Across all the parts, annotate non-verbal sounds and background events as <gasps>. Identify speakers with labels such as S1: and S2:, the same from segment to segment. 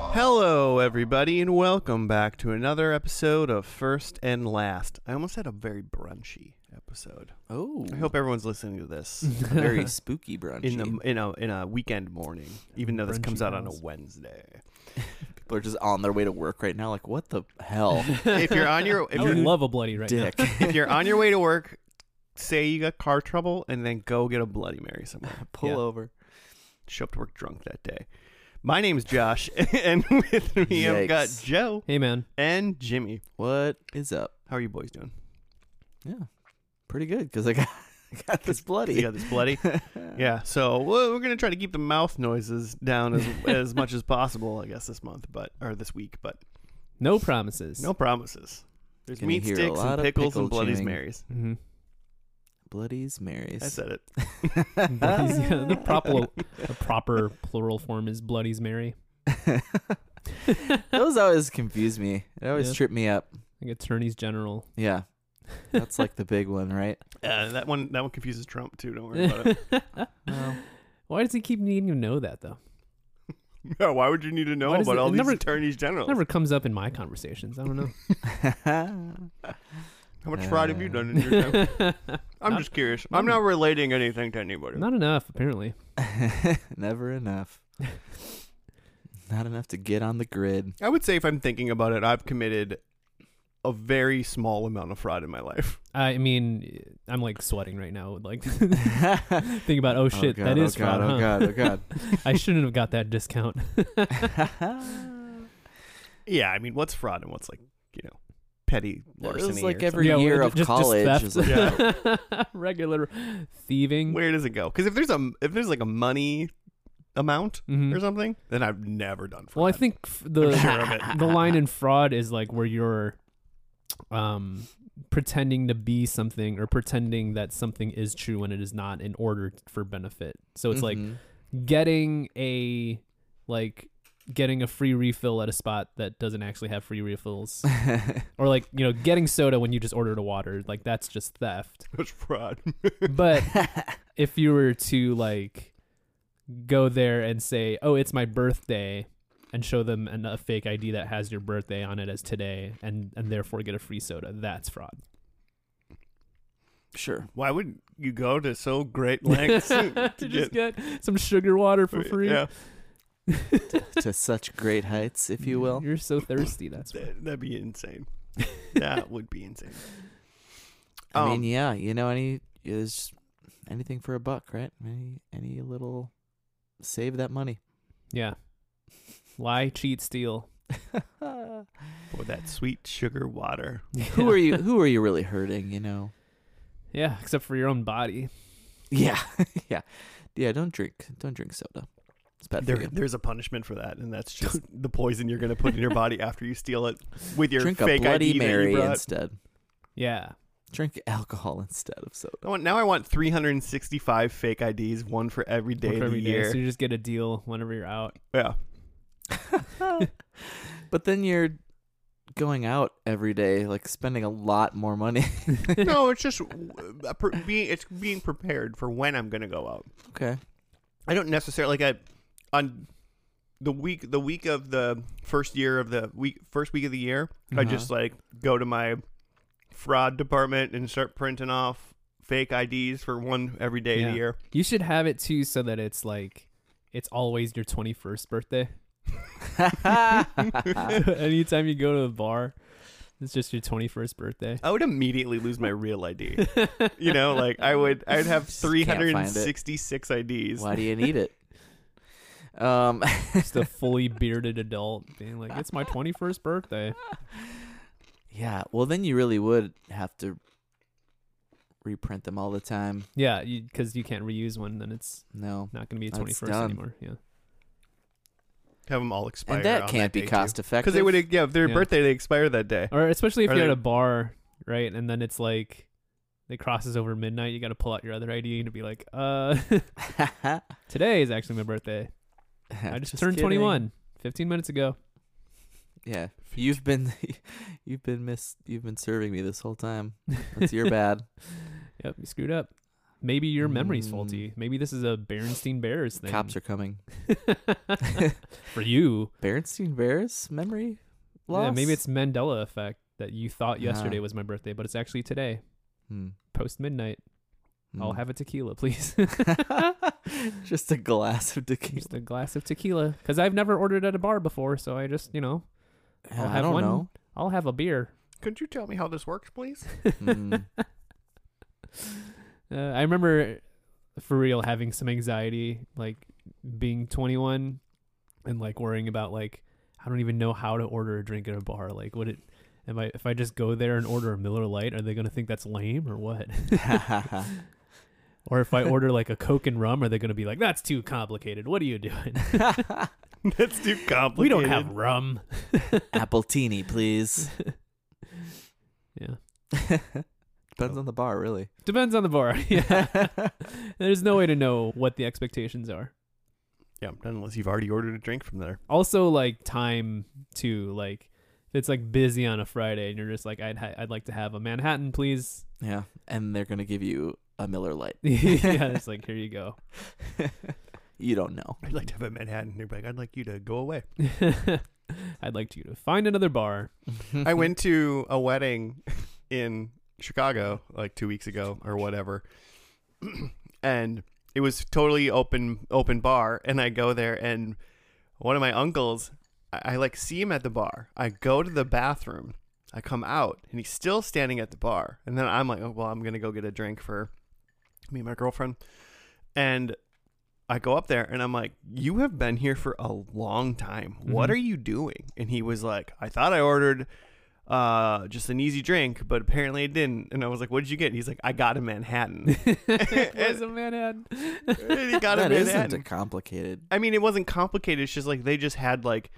S1: Hello, everybody, and welcome back to another episode of First and Last. I almost had a very brunchy episode.
S2: Oh,
S1: I hope
S3: Mm.
S1: everyone's listening to this
S2: <laughs> very spooky brunch.
S1: in the in a in a weekend morning, even though this comes out on a Wednesday.
S2: People are just on their way to work right now. Like, what the <laughs> hell,
S1: If you're on
S3: <laughs>
S1: your if
S3: I would
S1: you're,
S3: love a bloody
S2: <laughs>
S3: right
S2: Dick?
S1: if you're on your way to
S3: <laughs>
S1: work, say you got car trouble, and then go get a Bloody Mary somewhere.
S2: Pull
S1: Yeah.
S2: over.
S1: Show up to work drunk that day. My name's Josh, <laughs> and with me I've got
S2: Yikes.
S1: Joe
S3: Hey, man.
S1: and Jimmy.
S2: What is up?
S1: How are you boys doing?
S2: Yeah, pretty good because I got <laughs> I got this bloody.
S1: You got this bloody.
S2: <laughs>
S1: Yeah, so we're we're gonna try to keep the mouth noises down as
S2: <laughs>
S1: as much as possible, I guess, this month, but or this week, but
S3: No promises.
S1: no promises. There's
S2: Gonna
S1: meat
S2: hear a
S1: sticks
S2: lot
S1: and
S2: of
S1: pickles and
S2: pickle
S1: Bloody
S2: chewing.
S1: Marys.
S3: Mm-hmm.
S2: <laughs> Bloody's Marys. <laughs>
S1: I said it.
S3: Bloodies, yeah, the proper, the proper plural form is
S2: <laughs>
S3: Bloody's Mary.
S2: Those always confuse me. It always
S3: Yeah.
S2: trip me up.
S3: Like attorneys general. <laughs>
S2: Yeah, that's like the big one, right?
S1: Uh, that one that one confuses Trump too. Don't worry
S2: <laughs>
S1: about it.
S2: Well,
S3: <laughs> Why does he keep needing to know that though?
S1: No, why would you need to know
S3: Why does
S1: about
S3: it-
S1: all
S3: it
S1: these
S3: never-
S1: attorneys general?
S3: Never comes up in my conversations. I don't
S2: <laughs>
S3: know.
S1: How much fraud have you
S2: Uh,
S1: done in your
S2: <laughs>
S1: time? I'm
S3: Not-
S1: just curious. I'm not relating anything to anybody.
S3: <laughs> Not enough, apparently.
S2: <laughs> Never
S3: <laughs>
S2: enough. Not enough to get on the
S3: <laughs>
S2: grid. <laughs>
S1: I would say if I'm thinking about it, I've committed a very small amount of fraud in my life. <laughs>
S3: I mean, I'm like sweating right now. Like, <laughs>
S2: oh
S3: think about oh shit,
S2: God,
S3: that is
S2: oh God,
S3: fraud.
S2: oh
S3: huh?
S2: God, oh God.
S3: <laughs> I shouldn't have got that discount. <laughs>
S1: Yeah, I mean, what's fraud and what's like, you know, petty larceny?
S2: it was like
S1: or
S2: <laughs>
S3: <laughs>
S2: every
S3: Yeah,
S2: year
S3: well,
S2: of
S3: just- just
S2: college.
S3: theft.
S2: it was like,
S1: Yeah.
S3: <laughs> Regular thieving.
S1: Where does it go? Because if there's a if there's like a money amount
S3: Mhm.
S1: or something, then I've never done fraud.
S3: Well, I think f-
S1: <laughs>
S3: the
S1: I'm sure of it.
S3: the line in fraud is like where you're um pretending to be something or pretending that something is true when it is not in order for benefit. So it's
S2: Mhm.
S3: like getting a like getting a free refill at a spot that doesn't actually have free refills
S2: <laughs>
S3: or like, you know, getting soda when you just ordered a water, like that's just theft.
S1: It was fraud.
S2: <laughs>
S3: But if you were to like go there and say, "Oh, it's my birthday," and show them an, a fake ID that has your birthday on it as today, and and therefore get a free soda,
S1: <laughs>
S3: that's fraud.
S2: sure.
S1: Why would you go to so
S3: <laughs>
S1: great lengths <laughs>
S3: to just get some sugar water for free. <laughs>
S1: Yeah,
S2: to such great heights, if you will.
S3: You're so thirsty.
S1: <laughs>
S3: That's fraud.
S1: that, that'd be insane. that would be
S3: <laughs>
S1: insane.
S2: I
S1: Um,
S2: mean, yeah, you know, any is just anything for a buck, right? Any any little save that money.
S3: yeah. Lie, cheat, steal.
S1: For that sweet sugar water.
S2: <laughs> Who
S3: <laughs>
S2: are you? Who are you really hurting? You know.
S3: Yeah, except for your own body.
S2: Yeah, <laughs> yeah, yeah. Don't drink. Don't drink soda. It's bad for
S1: There,
S2: you.
S1: there's a punishment for that, and that's
S3: <laughs>
S1: just the poison you're going to put in your body after you steal it with your
S2: drink
S1: fake
S2: a bloody
S1: ID that you
S2: Mary
S1: brought.
S2: instead.
S3: Yeah.
S2: Drink alcohol instead
S1: <laughs>
S2: of soda.
S1: I want, now I want 365 fake IDs, one for every day
S3: Work
S1: of
S3: every
S1: the
S3: day,
S1: year.
S3: So you just get a deal whenever you're out.
S1: yeah.
S2: <laughs> But then you're going out every day, like spending a lot more money.
S1: no, it's just uh, pre- being it's being prepared for when I'm gonna go out.
S2: okay.
S1: I don't necessarily like I on the week the week of the first year of the week first week of the year. I
S2: Uh-huh.
S1: just like go to my fraud department and start printing off fake IDs for one every day of
S3: Yeah.
S1: the year.
S3: You should have it too, so that it's like it's always your
S2: <laughs>
S3: 21st birthday.
S2: Ah.
S3: <laughs> Anytime you go to a bar, it's just your 21st birthday.
S1: <laughs> I would immediately lose my real ID. <laughs> you know, like I would I'd have
S2: Just <laughs> can't find it.
S1: 366 IDs.
S2: Why
S1: <laughs>
S2: do you need it? Um,
S3: <laughs>
S2: <laughs>
S3: Just
S1: <laughs>
S3: a fully bearded adult being like, it's my 21st birthday.
S2: yeah. Well, then you really would have to reprint them all the time.
S3: Yeah, because you, can't reuse one, then it's
S2: No,
S3: not going to be a
S2: That's
S3: 21st
S2: dumb.
S3: anymore. Yeah.
S1: Have them all expire.
S2: and that can't be cost effective.
S1: because they
S2: <laughs>
S1: would yeah if their
S3: Yeah.
S1: birthday they expire that day.
S3: Or especially if
S1: Are
S3: you're at
S1: they-
S3: a bar, right? And then it's like, it crosses over midnight. You got to pull out your other ID and be like, uh, <laughs> today is actually my birthday. I just, turned
S2: kidding.
S3: 21 15 minutes ago.
S2: Yeah, you've been, <laughs> you've
S3: <laughs>
S2: been miss, you've been serving me this whole time. That's your bad.
S3: Yep, you screwed up. Maybe your memory's
S2: Mm.
S3: faulty. Maybe this is a Berenstein Bears thing.
S2: Cops are coming.
S3: <laughs> for you.
S2: Berenstein Bears memory loss.
S3: Yeah, maybe it's Mandela effect that you thought yesterday
S2: Ah.
S3: was my birthday, but it's actually today,
S2: Hmm.
S3: post midnight. I'll
S2: Hmm.
S3: have <laughs> a tequila, please.
S2: <laughs> just a glass of tequila.
S3: just a glass of tequila, because I've never ordered at a bar before, so I just you know I'll
S2: Yeah, I
S3: have
S2: don't
S3: one.
S2: know.
S3: I'll have a beer.
S1: Could you tell me how this works, please?
S2: Mm.
S3: Uh, I remember for real having some anxiety, like being 21 and like worrying about like I don't even know how to order a drink at a bar. Like, would it? Am I if I just go there and order a Miller Lite, are they gonna think that's lame or what? <laughs>
S2: Hmm. <laughs>
S3: or if I order like a Coke and rum, are they gonna be like, that's too complicated? What are you doing?
S1: <laughs>
S3: <laughs>
S1: That's too complicated.
S3: we don't have rum. <laughs>
S2: <laughs>
S1: <laughs>
S2: Appletini, please.
S3: Yeah,
S2: Depends on the bar, really.
S3: depends on the bar. <laughs> yeah, there's no way to know what the expectations are.
S1: Yeah, not unless you've already ordered a drink from there.
S3: also like time too like if it's like busy on a friday and you're just like i'd ha- i'd like to have a manhattan please <laughs>
S2: Yeah, and they're gonna give you a
S1: <laughs>
S2: Miller Lite.
S3: yeah it's like here you go <laughs>
S2: You don't know.
S1: I'd
S2: <laughs>
S1: like to have a Manhattan. They're like, I'd like you to go away.
S3: i'd like you to find
S1: <laughs>
S3: another bar
S1: I went to a wedding <laughs> in Chicago like two weeks ago or whatever, <clears throat> and it was totally open open bar. And I go there, and one of my uncles, I, I like see him at the bar. I go to the bathroom. I come out, and he's still standing at the bar. And then I'm like, oh, well, I'm gonna go get a drink for me and my girlfriend, and. I go up there and I'm like, "You have been here for a long time. What
S3: Mhm.
S1: are you doing?" And he was like, "I thought I ordered uh, just an easy drink, but apparently it didn't. And I was like, what did you get? And he's like, I got a Manhattan. <laughs>
S3: it <laughs> was a manhattan
S1: and he got a
S2: That isn't
S1: Manhattan.
S2: a complicated.
S1: I mean, it wasn't complicated. It's just like they just had like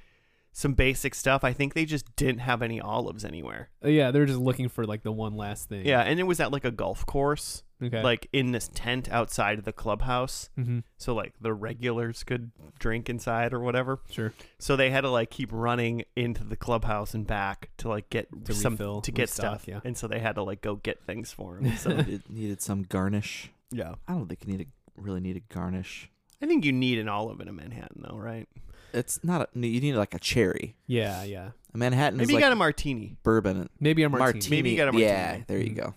S1: some basic stuff. I think they just didn't have any olives anywhere.
S3: Uh, yeah they're just looking for like the one last thing
S1: Yeah. And it was at like a golf course,
S3: okay
S1: like in this tent outside of the clubhouse.
S3: hmm
S1: So like the regulars could drink inside or whatever.
S3: sure
S1: So they had to like keep running into the clubhouse and back to like get
S3: To
S1: some
S3: refill,
S1: to get
S3: restock,
S1: stuff.
S3: yeah.
S1: And so they had to like go get things for him.
S3: <laughs>
S1: So
S2: It needed some garnish.
S1: yeah.
S2: I don't think you need a, really need a garnish.
S1: I think you need an olive in a Manhattan, though, right?
S2: It's not. A, you need like a cherry.
S3: yeah yeah
S2: A Manhattan
S1: Maybe
S2: is
S1: you
S2: like
S1: got a martini
S2: bourbon.
S3: maybe a martini,
S2: Martini.
S1: Maybe you got a martini.
S2: Yeah, there you
S3: Mhm.
S2: go.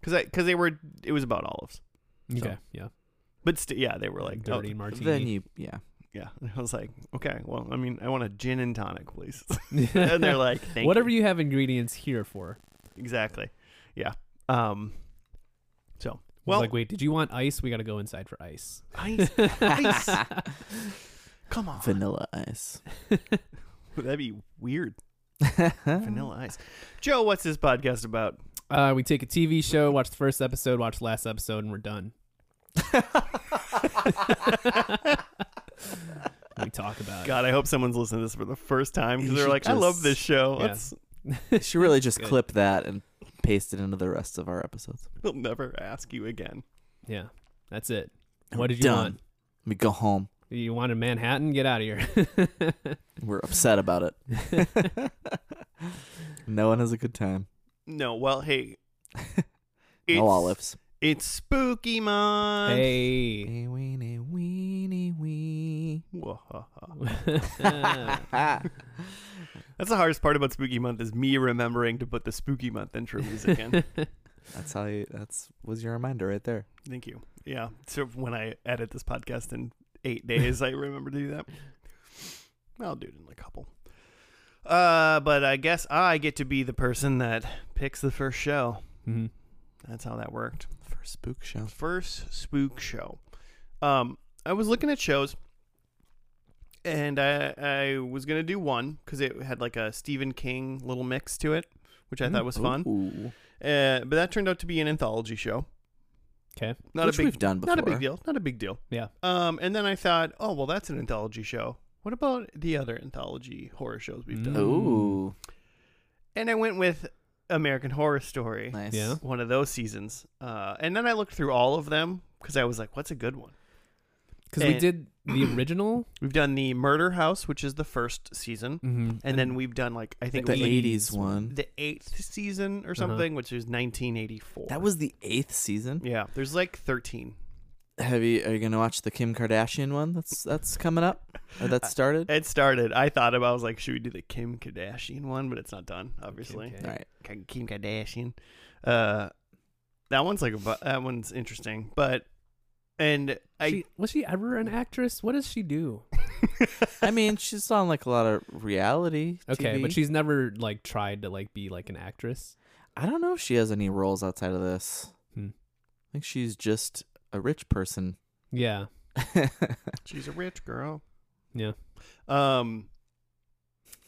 S1: because because they were it was about olives,
S3: okay yeah
S1: but st- yeah, they were like oh,
S3: dirty martini
S2: Then you,
S1: <laughs>
S2: yeah.
S1: yeah, And I was like, okay, well, I mean, I want a gin and tonic, please.
S2: <laughs>
S3: <laughs>
S1: <laughs> and they're like, Thank
S3: whatever
S1: you.
S3: you have ingredients here for
S1: exactly, yeah. Um, so
S3: He's
S1: well,
S3: like wait did you want ice we gotta go inside for
S1: <laughs>
S3: ice <laughs>
S2: <laughs>
S1: ice, ice, come on,
S2: Vanilla ice.
S1: <laughs> that'd be weird.
S2: Uh-huh. <laughs>
S1: Vanilla ice. Joe, what's this podcast about?
S3: Uh, we take a TV show, watch the first episode, watch the last episode, and we're done. <laughs> we talk about
S1: God, I hope someone's listening to this for the first time because
S2: You
S1: they're
S2: should
S1: like, I love this
S2: just-
S1: show.
S3: yeah.
S1: Let's-
S2: You should really just
S3: Good.
S2: clip that and paste it into the rest of our episodes.
S1: We'll never ask you again.
S3: it. Yeah, that's it.
S2: And
S3: What
S2: we're
S3: did you want?
S2: Let me go home.
S3: You wanted Manhattan? Get out of here.
S2: We're upset about <laughs> it. No one has a good time.
S1: No, well, hey, it's,
S2: <laughs> no olives.
S1: It's spooky month.
S3: hey.
S2: Hey, weenie, weenie, wee. <laughs>
S1: Whoa-ha-ha.
S3: <laughs>
S1: That's the hardest part about spooky month is me remembering to put the spooky month intro music
S2: <laughs>
S1: in.
S2: That's how you. That's was your reminder right there.
S1: Thank you. Yeah. So when I edit this podcast in eight days, I remember to do that. I'll do it in a couple. Uh, but I guess I get to be the person that picks the first show.
S3: Mhm.
S1: That's how that worked.
S2: First spook show.
S1: first spook show. Um, I was looking at shows, and I I was gonna do one because it had like a Stephen King little mix to it, which I thought was fun.
S2: Mm-hmm. Ooh.
S1: Uh, but that turned out to be an anthology show.
S3: 'Kay.
S1: Not
S2: Which
S1: a big
S2: we've done before.
S1: not a big deal. Not a big deal.
S3: Yeah.
S1: Um, and then I thought, oh well, that's an anthology show. What about the other anthology horror shows we've done?
S3: Mm.
S2: Ooh,
S1: And I went with American Horror Story,
S2: nice.
S3: Yeah.
S1: one of those seasons. Uh, and then I looked through all of them because I was like, what's a good one?
S3: because we
S1: And-
S3: did the original,
S1: We've done the Murder House, which is the first season,
S3: mm-hmm.
S1: and then we've done like I think
S2: the
S1: we-
S2: '80s one.
S1: the eighth season or
S3: Uh-huh.
S1: something, which is 1984.
S2: That was the eighth season.
S1: yeah. There's like 13.
S2: Have you? Are you gonna watch the Kim Kardashian one? That's that's coming up. Or that started.
S1: It started. I thought about. I was like, should we do the Kim Kardashian one? But it's not done, obviously.
S3: Kim K.
S2: All right.
S1: K- Kim Kardashian. Uh, that one's like a, bu- that one's interesting, but and I <laughs>
S3: She- was she ever an actress? What does she do?
S2: I mean, she's on like a lot of reality.
S3: Okay, but
S2: TV.
S3: she's never like tried to like be like an actress.
S2: I don't know if she has any roles outside of this.
S3: Hmm.
S2: I think she's just a rich person. <laughs>
S3: Yeah,
S1: she's a rich girl.
S3: yeah.
S1: Um,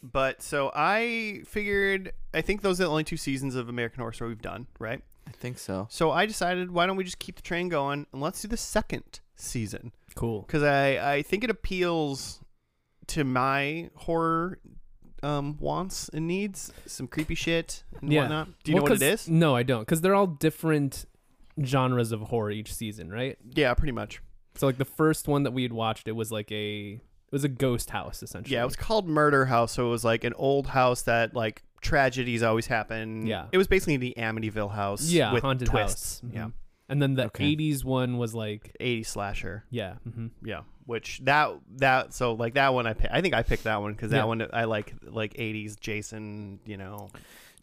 S1: but so I figured. I think those are the only two seasons of American Horror Story we've done, right?
S2: I think so.
S1: So I decided, why don't we just keep the train going and let's do the second season
S3: Cool.
S1: because I I think it appeals to my horror um wants and needs some creepy shit and
S3: Yeah.
S1: whatnot. Do you
S3: Well,
S1: know what it
S3: 'cause-
S1: is?
S3: No, I don't, because they're all different genres of horror each season, right?
S1: Yeah, pretty much.
S3: So like the first one that we had watched, it was like a it was a ghost house essentially.
S1: Yeah, it was called Murder House, so it was like an old house that like tragedies always happen.
S3: Yeah.
S1: it was basically the Amityville house.
S3: yeah
S1: with
S3: haunted
S1: twists.
S3: house. Mhm.
S1: Yeah,
S3: and then the
S2: Okay.
S3: '80s one was like
S1: eighty slasher.
S3: yeah, hmm
S1: Yeah, which that that so like that one I pi- I think I picked that one because that
S3: Yeah.
S1: one I like like '80s Jason. You know,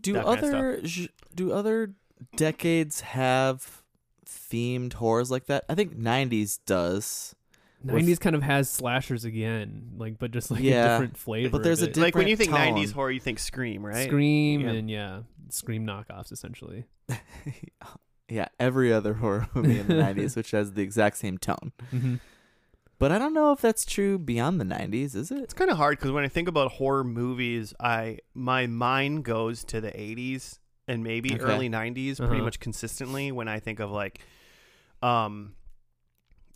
S2: Do
S1: That kinda
S2: other j- do other decades have themed horrors like that? I think '90s does. <laughs> With-
S3: '90s kind of has slashers again, like but just like a
S2: Yeah,
S3: different flavor.
S2: but there's
S3: of
S2: a
S3: it.
S2: di-
S1: like when you think
S2: Different tone.
S1: '90s horror, you think Scream, right?
S3: Scream
S1: Yeah.
S3: and yeah, Scream knockoffs essentially.
S2: yeah, every other horror movie in the '90s, which has the exact same tone.
S3: Mhm.
S2: But I don't know if that's true beyond the '90s. Is it?
S1: It's kind of hard because when I think about horror movies, I my mind goes to the '80s and maybe
S2: Okay.
S1: early '90s pretty
S3: Uh-huh.
S1: much consistently when I think of like, um,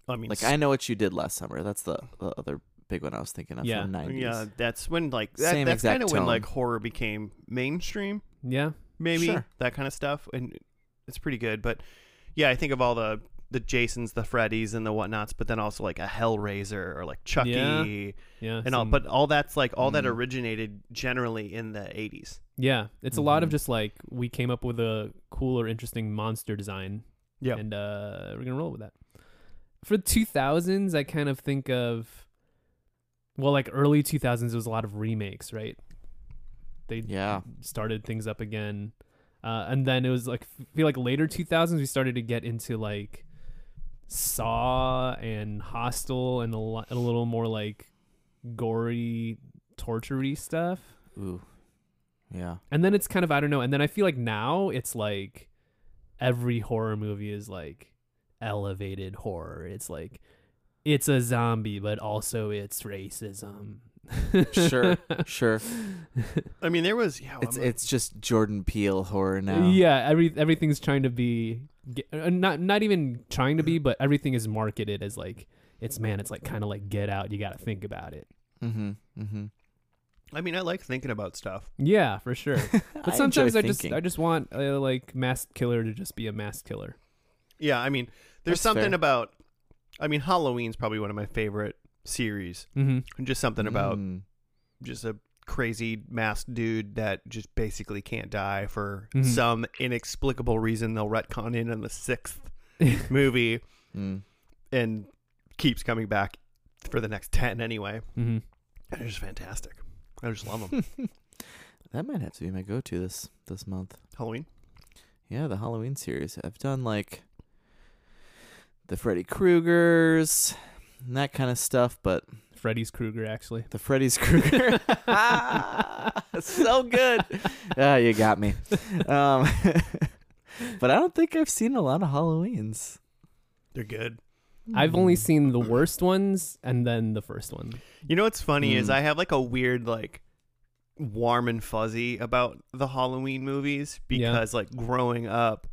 S1: I mean,
S2: Like I know what you did last summer. That's the, the other big one I was thinking of.
S3: Yeah.
S2: from '90s.
S1: yeah, that's when like that,
S2: Same
S1: that's
S2: exact
S1: kind of when
S2: tone.
S1: like horror became mainstream.
S3: Yeah,
S1: maybe
S2: Sure.
S1: that kind of stuff and it's pretty good but yeah i think of all the the jasons the freddys and the whatnots but then also like a hellraiser or like chucky
S3: Yeah. yeah,
S1: and all
S3: some-
S1: but all that's like all that
S2: Mhm.
S1: originated generally in the 80s
S3: Yeah, it's a lot of
S2: Mhm.
S3: just like we came up with a cool or interesting monster design.
S1: Yeah.
S3: and uh, we're gonna roll with that. For the two thousands, I kind of think of, well, like early two thousands was a lot of remakes, right? They
S2: Yeah.
S3: started things up again, uh, and then it was like I feel like later two thousands we started to get into like Saw and Hostel and a, lo- a little more like gory, tortury stuff.
S2: Ooh. Yeah.
S3: And then it's kind of I don't know. And then I feel like now it's like every horror movie is like elevated horror. It's like it's a zombie, but also it's racism. <laughs>
S2: Sure. Sure.
S1: i mean there was yeah
S2: It's
S1: I'm-
S2: it's just Jordan Peele horror now.
S3: Yeah, every everything's trying to be ge- uh, not not even trying to be, but everything is marketed as like it's man, it's like kind of like Get Out. You got to think about it.
S2: Mm-hmm. Mm-hmm.
S1: i mean i like thinking about stuff
S3: Yeah, for sure. <laughs> But sometimes I just I
S2: just
S3: just want uh, like masked killer to just be a masked killer.
S1: yeah i mean there's
S2: That's
S1: something
S2: fair.
S1: about i mean halloween's probably one of my favorite series
S3: Mm-hmm.
S1: and just something
S2: Mm.
S1: about just a crazy masked dude that just basically can't die for
S3: Mhm.
S1: some inexplicable reason they'll retcon in in the sixth movie
S2: mm.
S1: and keeps coming back for the next 10 anyway.
S3: mm-hmm.
S1: And it's just fantastic. I just love them.
S2: that might have to be my go-to this this month.
S1: Halloween?
S2: Yeah, the Halloween series. I've done like the Freddy Krueger's and that kind of stuff, but
S3: Freddy's Krueger actually.
S2: the Freddy's <laughs> Krueger, Ah, so
S3: <laughs>
S2: good. Ah, you got me. Um, <laughs> but I don't think I've seen a lot of Halloweens.
S1: They're good.
S3: I've only
S2: Hmm.
S3: seen the worst ones and then the first one.
S1: You know what's funny is
S3: Hmm.
S2: Mm.
S1: I have like a weird, like, warm and fuzzy about the Halloween movies
S3: Yeah.
S1: because, like, growing up,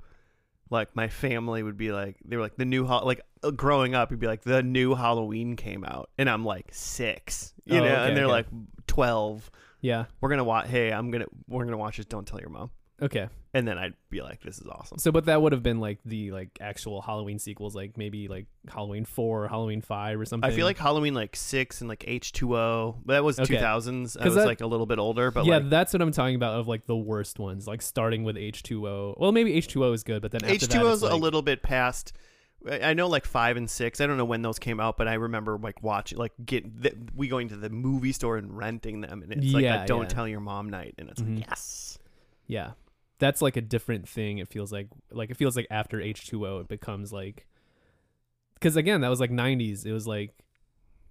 S1: like, my family would be like, they were like, the new, Hall like, uh, growing up, you'd be like, the new Halloween came out. And I'm like, six, you
S3: Oh,
S1: know?
S3: okay,
S1: and they're
S3: okay.
S1: like, 12.
S3: Yeah.
S1: We're going to watch, hey, I'm going to, we're going to watch this. Don't tell your mom.
S3: Okay.
S1: and then I'd be like, "This is awesome."
S3: So, but that would have been like the like actual Halloween sequels, like maybe like Halloween four, or Halloween five, or something.
S1: I feel like Halloween like six and like H two O. That was
S3: Okay.
S1: two thousands. I
S3: 'Cause
S1: was
S3: that-
S1: like a little bit older, but
S3: yeah,
S1: like
S3: that's what I'm talking about of like the worst ones, like starting with H two O. Well, maybe H two O is good, but then
S1: H
S3: after
S1: two
S3: that,
S1: O
S3: it's
S1: is a
S3: like-
S1: little bit past. I I know like five and six. I don't know when those came out, but I remember like watching, like get th- we going to the movie store and renting them, and it's like
S3: Yeah,
S1: a don't
S3: yeah.
S1: tell your mom night, and it's
S3: Mhm.
S1: like yes,
S3: yeah, that's like a different thing. It feels like like it feels like after H two O, it becomes like because again, that was like '90s. It was like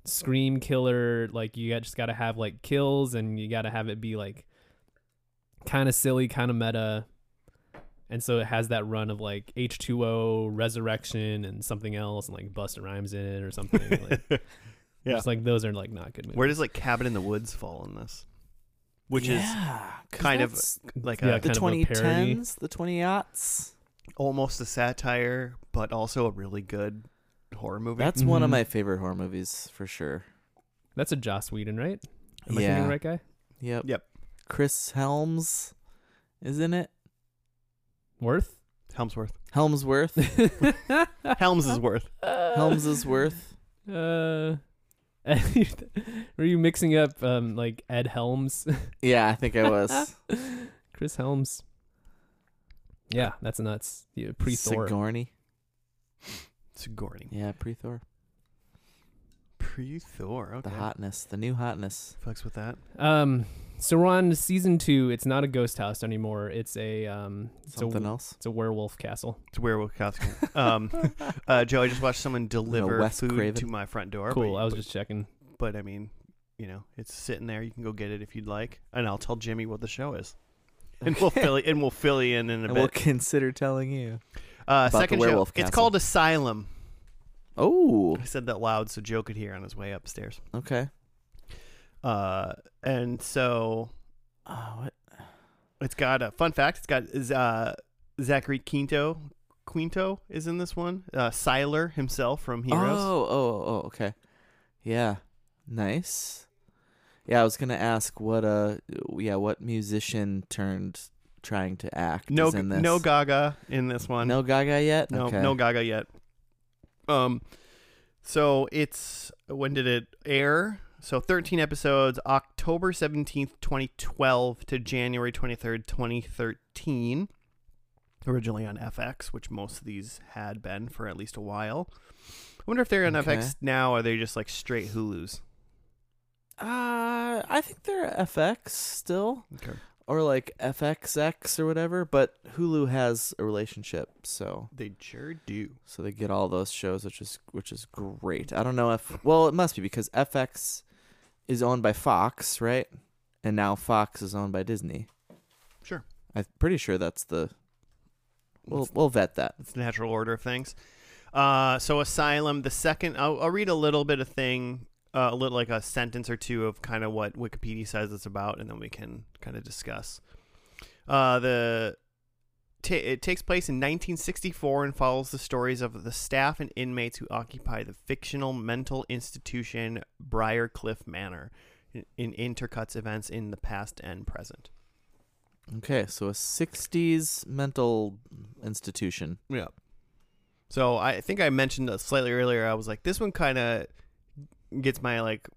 S3: scream killer. Like you got, just got to have like kills, and you got to have it be like kind of silly, kind of meta. And so it has that run of like H two O resurrection and something else, and like Busta Rhymes in it or something. Like,
S1: <laughs> Yeah.
S3: just like those are like not good
S1: <laughs>
S3: movies.
S1: Where does like Cabin in the Woods fall in this? Which is kind of like
S3: yeah,
S1: a,
S2: the
S3: kind of a parody.
S2: 2010s, the 20 aughts.
S1: almost a satire, but also a really good horror movie.
S2: That's one of
S3: Mhm.
S2: my favorite horror movies for sure.
S3: That's a Joss Whedon, right? Am I thinking
S2: yeah.
S3: the
S1: <laughs>
S3: right guy?
S2: Yep.
S1: Yep.
S2: Chris Helms, isn't it?
S3: Worth? <laughs>
S1: Helmsworth.
S2: <laughs> Helmsworth.
S1: Helms is worth.
S2: Helms is worth.
S3: <laughs> Uh, <laughs> were you mixing up um like Ed Helms, <laughs>
S2: Yeah, I think I <laughs> was.
S3: Chris Helms? Yeah, that's nuts. Yeah, pre Thor.
S2: Sigourney.
S1: Sigourney.
S2: Yeah, pre Thor.
S1: Pre Thor. Okay.
S2: The hotness, the new hotness.
S1: Fucks with that.
S3: Um, so we're on season two. It's not a ghost house anymore. It's a um, it's
S2: Something
S3: a
S2: else.
S3: it's a werewolf castle.
S1: It's werewolf costume. <laughs> um, uh, Joe, I just watched someone deliver
S2: Wes
S1: food
S2: Craven.
S1: to my front door.
S3: Cool.
S1: But,
S3: I was
S1: but,
S3: just checking.
S1: but, I mean, you know, it's sitting there. You can go get it if you'd like, and I'll tell Jimmy what the show
S2: <laughs>
S1: is, and we'll fill and we'll fill you in in a
S2: And
S1: bit.
S2: we'll consider telling you.
S1: uh,
S2: the
S1: second show.
S2: werewolf
S1: It's
S2: castle.
S1: called Asylum.
S2: Oh,
S1: I said that loud so Joe could hear on his way upstairs.
S2: okay.
S1: Uh, and so
S2: Oh, what?
S1: It's got a fun fact. It's got uh, Zachary Quinto. Quinto is in this one. Uh, Siler himself from Heroes.
S2: Oh, oh, oh, okay. Yeah. Nice. Yeah, I was gonna ask what uh yeah, what musician turned trying to act
S1: no,
S2: is in this.
S1: no Gaga in this one.
S2: No Gaga yet?
S1: no,
S2: okay.
S1: no Gaga yet. Um, so it's when did it air? So 13 episodes, October 17th, 2012 to January 23rd, 2013. Originally on FX, which most of these had been for at least a while. I wonder if they're on
S2: Okay.
S1: FX now. Or are they just like straight Hulu's?
S2: Uh, I think they're FX still,
S1: Okay.
S2: or like FXX or whatever. But Hulu has a relationship, so
S1: They sure do.
S2: so they get all those shows, which is which is great. I don't know if well, it must be because FX is owned by Fox, right? And now Fox is owned by Disney.
S1: Sure.
S2: I'm pretty sure that's the. We'll we'll vet that.
S1: It's the natural order of things. Uh, so Asylum, the second, I'll, I'll read a little bit of thing, uh, a little like a sentence or two of kind of what Wikipedia says it's about, and then we can kind of discuss. Uh, the ta it takes place in 1964 and follows the stories of the staff and inmates who occupy the fictional mental institution Briarcliff Manor, in, in intercuts events in the past and present.
S2: Okay, so a '60s mental institution.
S1: Yeah. So I think I mentioned this slightly earlier. I was like, this one kind of gets my like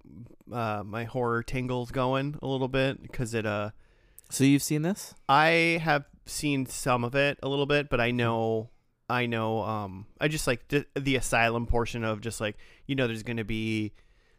S1: uh, my horror tingles going a little bit because it. Uh,
S2: So you've seen this?
S1: I have seen some of it a little bit, but I know. I know. Um, I just like the, the asylum portion of just like you know, there's gonna be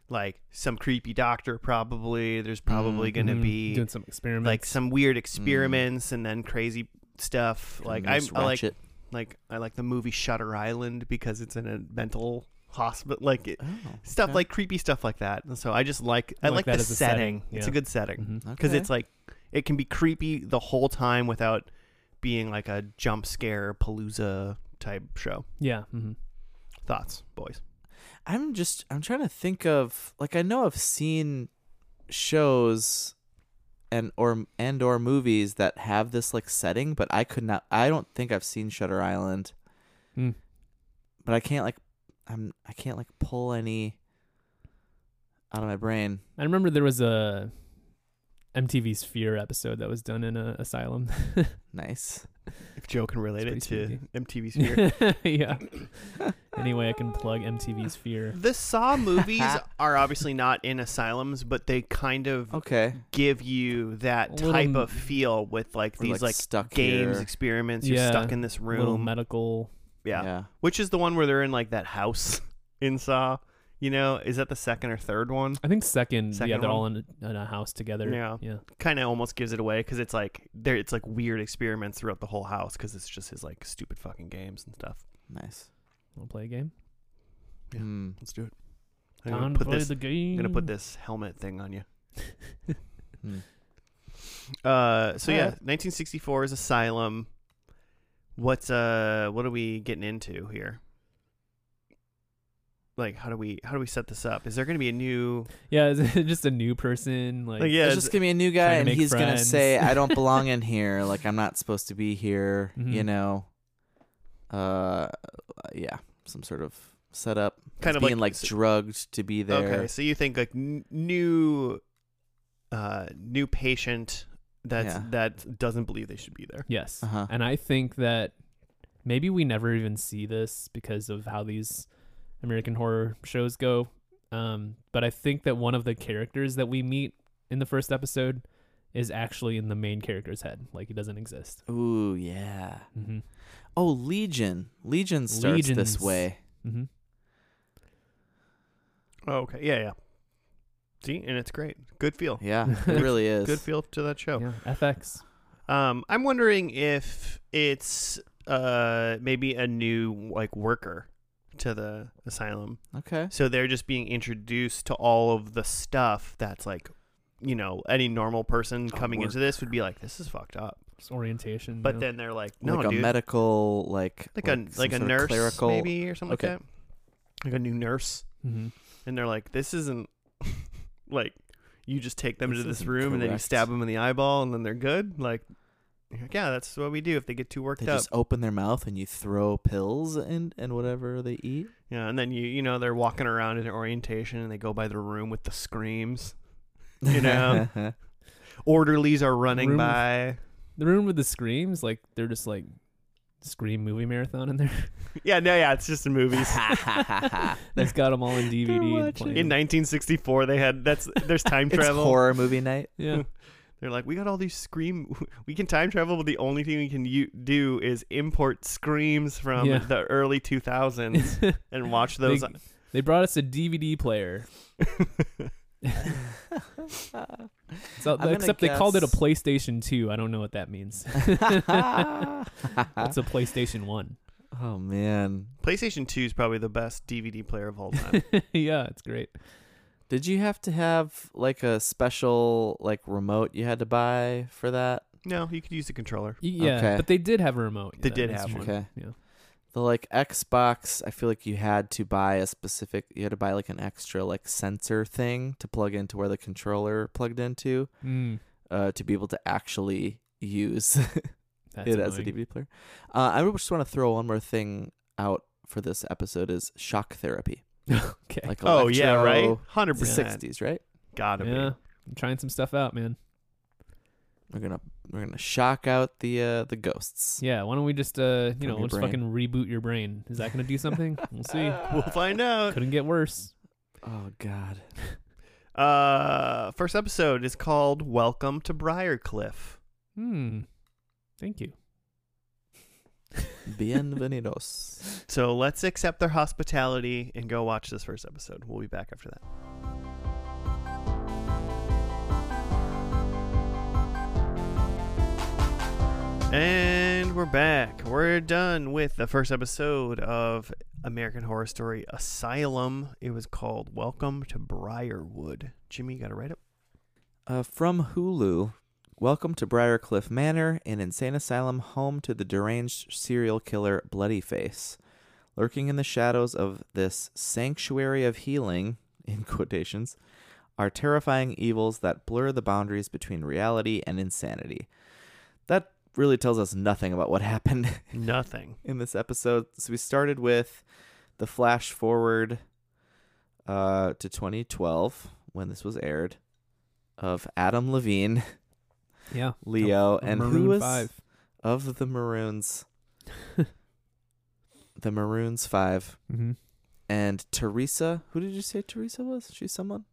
S1: like some creepy doctor probably. There's probably gonna
S3: Mhm.
S1: be
S3: doing some experiments. Mm.
S1: like some weird experiments and then crazy stuff. Like I'm,
S2: Miss
S3: uh,
S1: I like
S2: Ratchet.
S1: like I like the movie Shutter Island because it's in a mental hospital, like it,
S2: Oh,
S1: stuff
S2: okay.
S1: like creepy stuff like that. And so I just like I
S3: Like
S1: like,
S3: that
S1: the
S3: as a
S1: setting.
S3: setting,
S1: It's a
S3: yeah.
S1: good setting
S3: Mhm.
S1: because
S2: Okay.
S1: it's like it can be creepy the whole time without being like a jump scare palooza type show.
S3: Yeah. mhm.
S1: Thoughts, boys?
S2: I'm just I'm trying to think of like I know I've seen shows and or and or movies that have this like setting, but I could not I don't think I've seen Shutter Island,
S3: Hmm.
S2: but I can't like I'm I can't like pull any out of my brain.
S3: I remember there was a MTV's Fear episode that was done in a asylum.
S2: Nice.
S1: If Joe can relate it
S3: It's
S1: to
S3: pretty <laughs>
S1: MTV's Fear.
S3: yeah. Anyway, I can plug MTV's Fear.
S1: the
S3: <laughs>
S1: Saw movies are obviously not in asylums, but they kind of
S2: Okay.
S1: give you that
S3: Oh. Little-
S1: type of feel with like
S2: We're,
S1: these like,
S2: stuck
S1: games,
S2: here.
S1: experiments. You're
S3: Yeah.
S1: stuck in this
S3: Little
S1: room.
S3: medical.
S1: yeah. Which is the one where they're in like that house <laughs> in Saw. You know, is that the second or third one?
S3: I think second. yeah,
S1: Second
S3: they're all in a, in a house together.
S1: Yeah.
S3: Yeah.
S1: Kind of almost gives it away because it's like there, it's like weird experiments throughout the whole house because it's just his like stupid fucking games and stuff.
S2: Nice.
S3: We'll play a game.
S1: Yeah.
S2: Hmm.
S1: Let's do it. I'm
S3: Time
S1: gonna
S3: to
S1: put
S3: play
S1: this.
S3: the game.
S1: I'm gonna put this helmet thing on you.
S2: Hmm.
S1: Uh, so yeah,
S2: Alright.
S1: 1964 is Asylum. What's uh, what are we getting into here? Like, how do we how do we set this up? Is there gonna be a new?
S3: <laughs> Yeah, is it just a new person? Like,
S1: Like, yeah,
S2: It's just gonna be a new
S3: trying
S2: guy,
S3: to
S2: and
S3: make
S2: he's gonna
S3: friends.
S2: say,
S1: <laughs>
S2: "I don't belong in here. Like I'm not supposed to be here."
S3: Mhm.
S1: Mm-hmm.
S2: You know. Uh, yeah, some sort of setup.
S1: Kind
S2: He's
S1: of like-
S2: being like, drugged to be there.
S1: Okay, so you think like n- new, uh, new patient that
S2: Yeah.
S1: that doesn't believe they should be there.
S3: Yes.
S2: Uh-huh.
S3: And I think that maybe we never even see this because of how these American horror shows go. Um, but I think that one of the characters that we meet in the first episode is actually in the main character's head. Like he doesn't exist.
S2: Ooh yeah.
S3: hmm
S2: Oh Legion. Legion starts this
S3: Legions.
S2: way.
S3: hmm
S1: Oh, okay, yeah, yeah. See, and it's great. Good feel. <laughs>
S2: Yeah, it really is.
S1: Good feel to that show.
S3: Yeah. FX.
S1: Um, I'm wondering if it's uh maybe a new like worker to the asylum.
S2: Okay.
S1: So they're just being introduced to all of the stuff that's like, you know, any normal person
S2: A
S1: coming into this would be like, this is fucked up.
S3: Just orientation.
S1: But
S3: yeah.
S1: then they're like, no,
S2: like a
S1: dude,
S2: medical, like
S1: like a
S2: some
S1: like a
S2: sort of
S1: nurse
S2: clerical.
S1: maybe or something
S2: Okay.
S1: like that, like a new nurse,
S2: Mm-hmm.
S3: Mhm.
S1: and they're like, this isn't <laughs> like you just take them
S2: This
S1: to this
S2: isn't
S1: room and then you
S2: correct.
S1: stab them in the eyeball and then they're good. Like, you're like, yeah, that's what we do if they get too worked
S2: They
S1: up.
S2: just open their mouth and you throw pills and and whatever they eat.
S1: Yeah, and then you you know they're walking around in orientation and they go by the room with the screams. You
S2: <laughs>
S1: know? Orderlies are running
S3: Room-
S1: by.
S3: the room with the screams, like they're just like scream movie marathon
S2: <laughs>
S3: in there.
S1: Yeah, no, yeah, it's just in <laughs> movies.
S3: It's got them all in DVD. and
S2: watching.
S1: in
S3: playing.
S1: 1964, they had that's there's time
S2: <laughs> it's
S1: travel.
S2: horror movie <laughs> night.
S3: yeah.
S1: They're like, we got all these scream. <laughs> We can time travel, but the only thing we can u- do is import screams from
S3: Yeah.
S1: the early
S3: <laughs>
S1: 2000s
S2: <laughs>
S1: and watch those.
S3: They- They brought us a DVD player.
S2: Oh,
S3: So,
S2: I'm gonna
S3: except they called it a
S2: guess-
S3: PlayStation 2. I don't know what
S2: <laughs>
S3: that means.
S2: Uh-huh.
S3: It's a PlayStation 1.
S2: oh man,
S1: PlayStation 2 is probably the best DVD player of all time.
S3: <laughs> yeah, it's great.
S2: did you have to have like a special like remote you had to buy for that?
S1: no, you could use the controller.
S3: Y- Yeah,
S2: Okay.
S3: but they did have a remote.
S1: They
S3: though,
S1: did
S3: that's
S1: have
S3: true.
S1: one.
S2: Okay.
S3: Yeah.
S2: The like Xbox, I feel like you had to buy a specific. You had to buy like an extra like sensor thing to plug into where the controller plugged into.
S3: Mm,
S2: uh, to be able to actually use
S3: that's
S2: it as a
S3: annoying.
S2: DVD player. Uh, I just want to throw one more thing out for this episode is shock therapy.
S3: Okay.
S2: Like
S1: Oh yeah, right,
S2: electro-
S1: hundred
S2: It's the
S1: percent.
S2: 60s, right?
S1: Gotta be.
S3: yeah. I'm trying some stuff out, man.
S2: We're gonna we're gonna shock out the uh, the ghosts.
S3: Yeah, why don't we just, uh, you
S2: From
S3: know,
S2: your
S3: let's
S2: brain.
S3: fucking reboot your brain? Is that
S2: <laughs>
S3: going to do something? we'll see.
S1: We'll find out.
S3: <laughs> Couldn't get worse.
S2: Oh God.
S1: Uh, first episode is called "Welcome to Briarcliff."
S3: Hmm. Thank you.
S2: Bienvenidos.
S1: So let's accept their hospitality and go watch this first episode. We'll be back after that. And we're back. We're done with the first episode of American Horror Story Asylum. It was called Welcome to Briarwood. Jimmy, you got to write it.
S2: Uh, from Hulu, welcome to Briarcliff Manor, an insane asylum home to the deranged serial killer Bloody Face. Lurking in the shadows of this sanctuary of healing, <laughs> in quotations, are terrifying evils that blur the boundaries between reality and insanity. That really tells us nothing about what <laughs> happened
S1: Nothing.
S2: in this episode. So we started with the flash forward uh, to 2012 when this was aired. of Adam Levine,
S3: <laughs> Yeah.
S2: Leo, and who
S3: Maroon
S2: was
S3: Five.
S2: of the
S3: <laughs>
S2: Maroons? the Maroons Five
S3: Mm-hmm.
S2: and Teresa. Who did you say Teresa was? She's someone.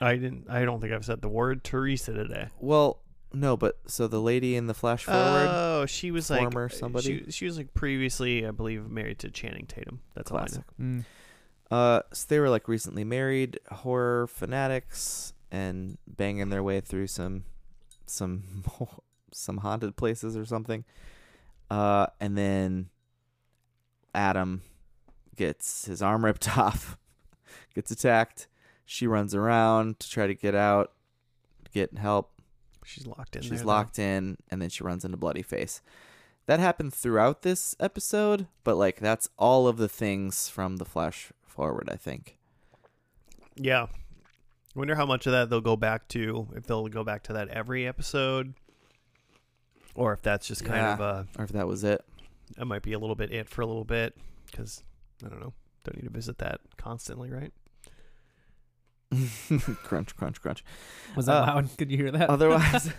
S1: I didn't. I don't think I've said the word Teresa today.
S2: Well, no, but so the lady in the flash forward.
S1: Oh, she was like
S2: Former somebody?
S1: She, she was like previously, I believe, married to Channing Tatum. That's all I know.
S2: classic.
S3: Mm.
S2: Uh, so they were like recently married horror fanatics and banging their way through some, some, <laughs> some haunted places or something. Uh, and then Adam gets his arm ripped <laughs> off, gets attacked. She runs around to try to get out, get help.
S1: She's locked in. there,
S2: She's
S1: though.
S2: locked in, and then she runs into Bloody Face. That happened throughout this episode, but like that's all of the things from the flash forward. I think
S1: Yeah. I wonder how much of that they'll go back to. If they'll go back to that every episode, or if that's just kind
S2: Yeah.
S1: of uh,
S2: or if that was it. <laughs>
S1: that might be a little bit it for a little bit because I don't know. Don't need to visit that constantly, right?
S2: crunch, crunch, crunch.
S3: Was that
S2: Uh,
S3: loud? <laughs> Could you hear that?
S2: Otherwise,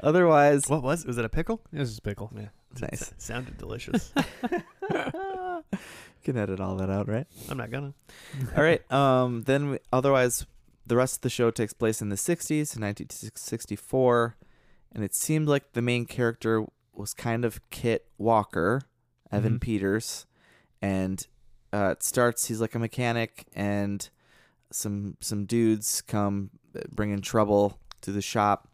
S2: otherwise,
S1: What was? it? Was it a pickle?
S3: <laughs> it was just pickle.
S2: nice.
S1: S- sounded <laughs> delicious.
S2: <laughs> Can edit all that out, right?
S1: I'm not gonna.
S2: All right. Um. Then we, otherwise, the rest of the show takes place in the '60s, in 1964, and it seemed like the main character was kind of Kit Walker, Evan
S3: Mhm.
S2: Peters, and uh, it starts. He's like a mechanic, and some some dudes come uh, bringing trouble to the shop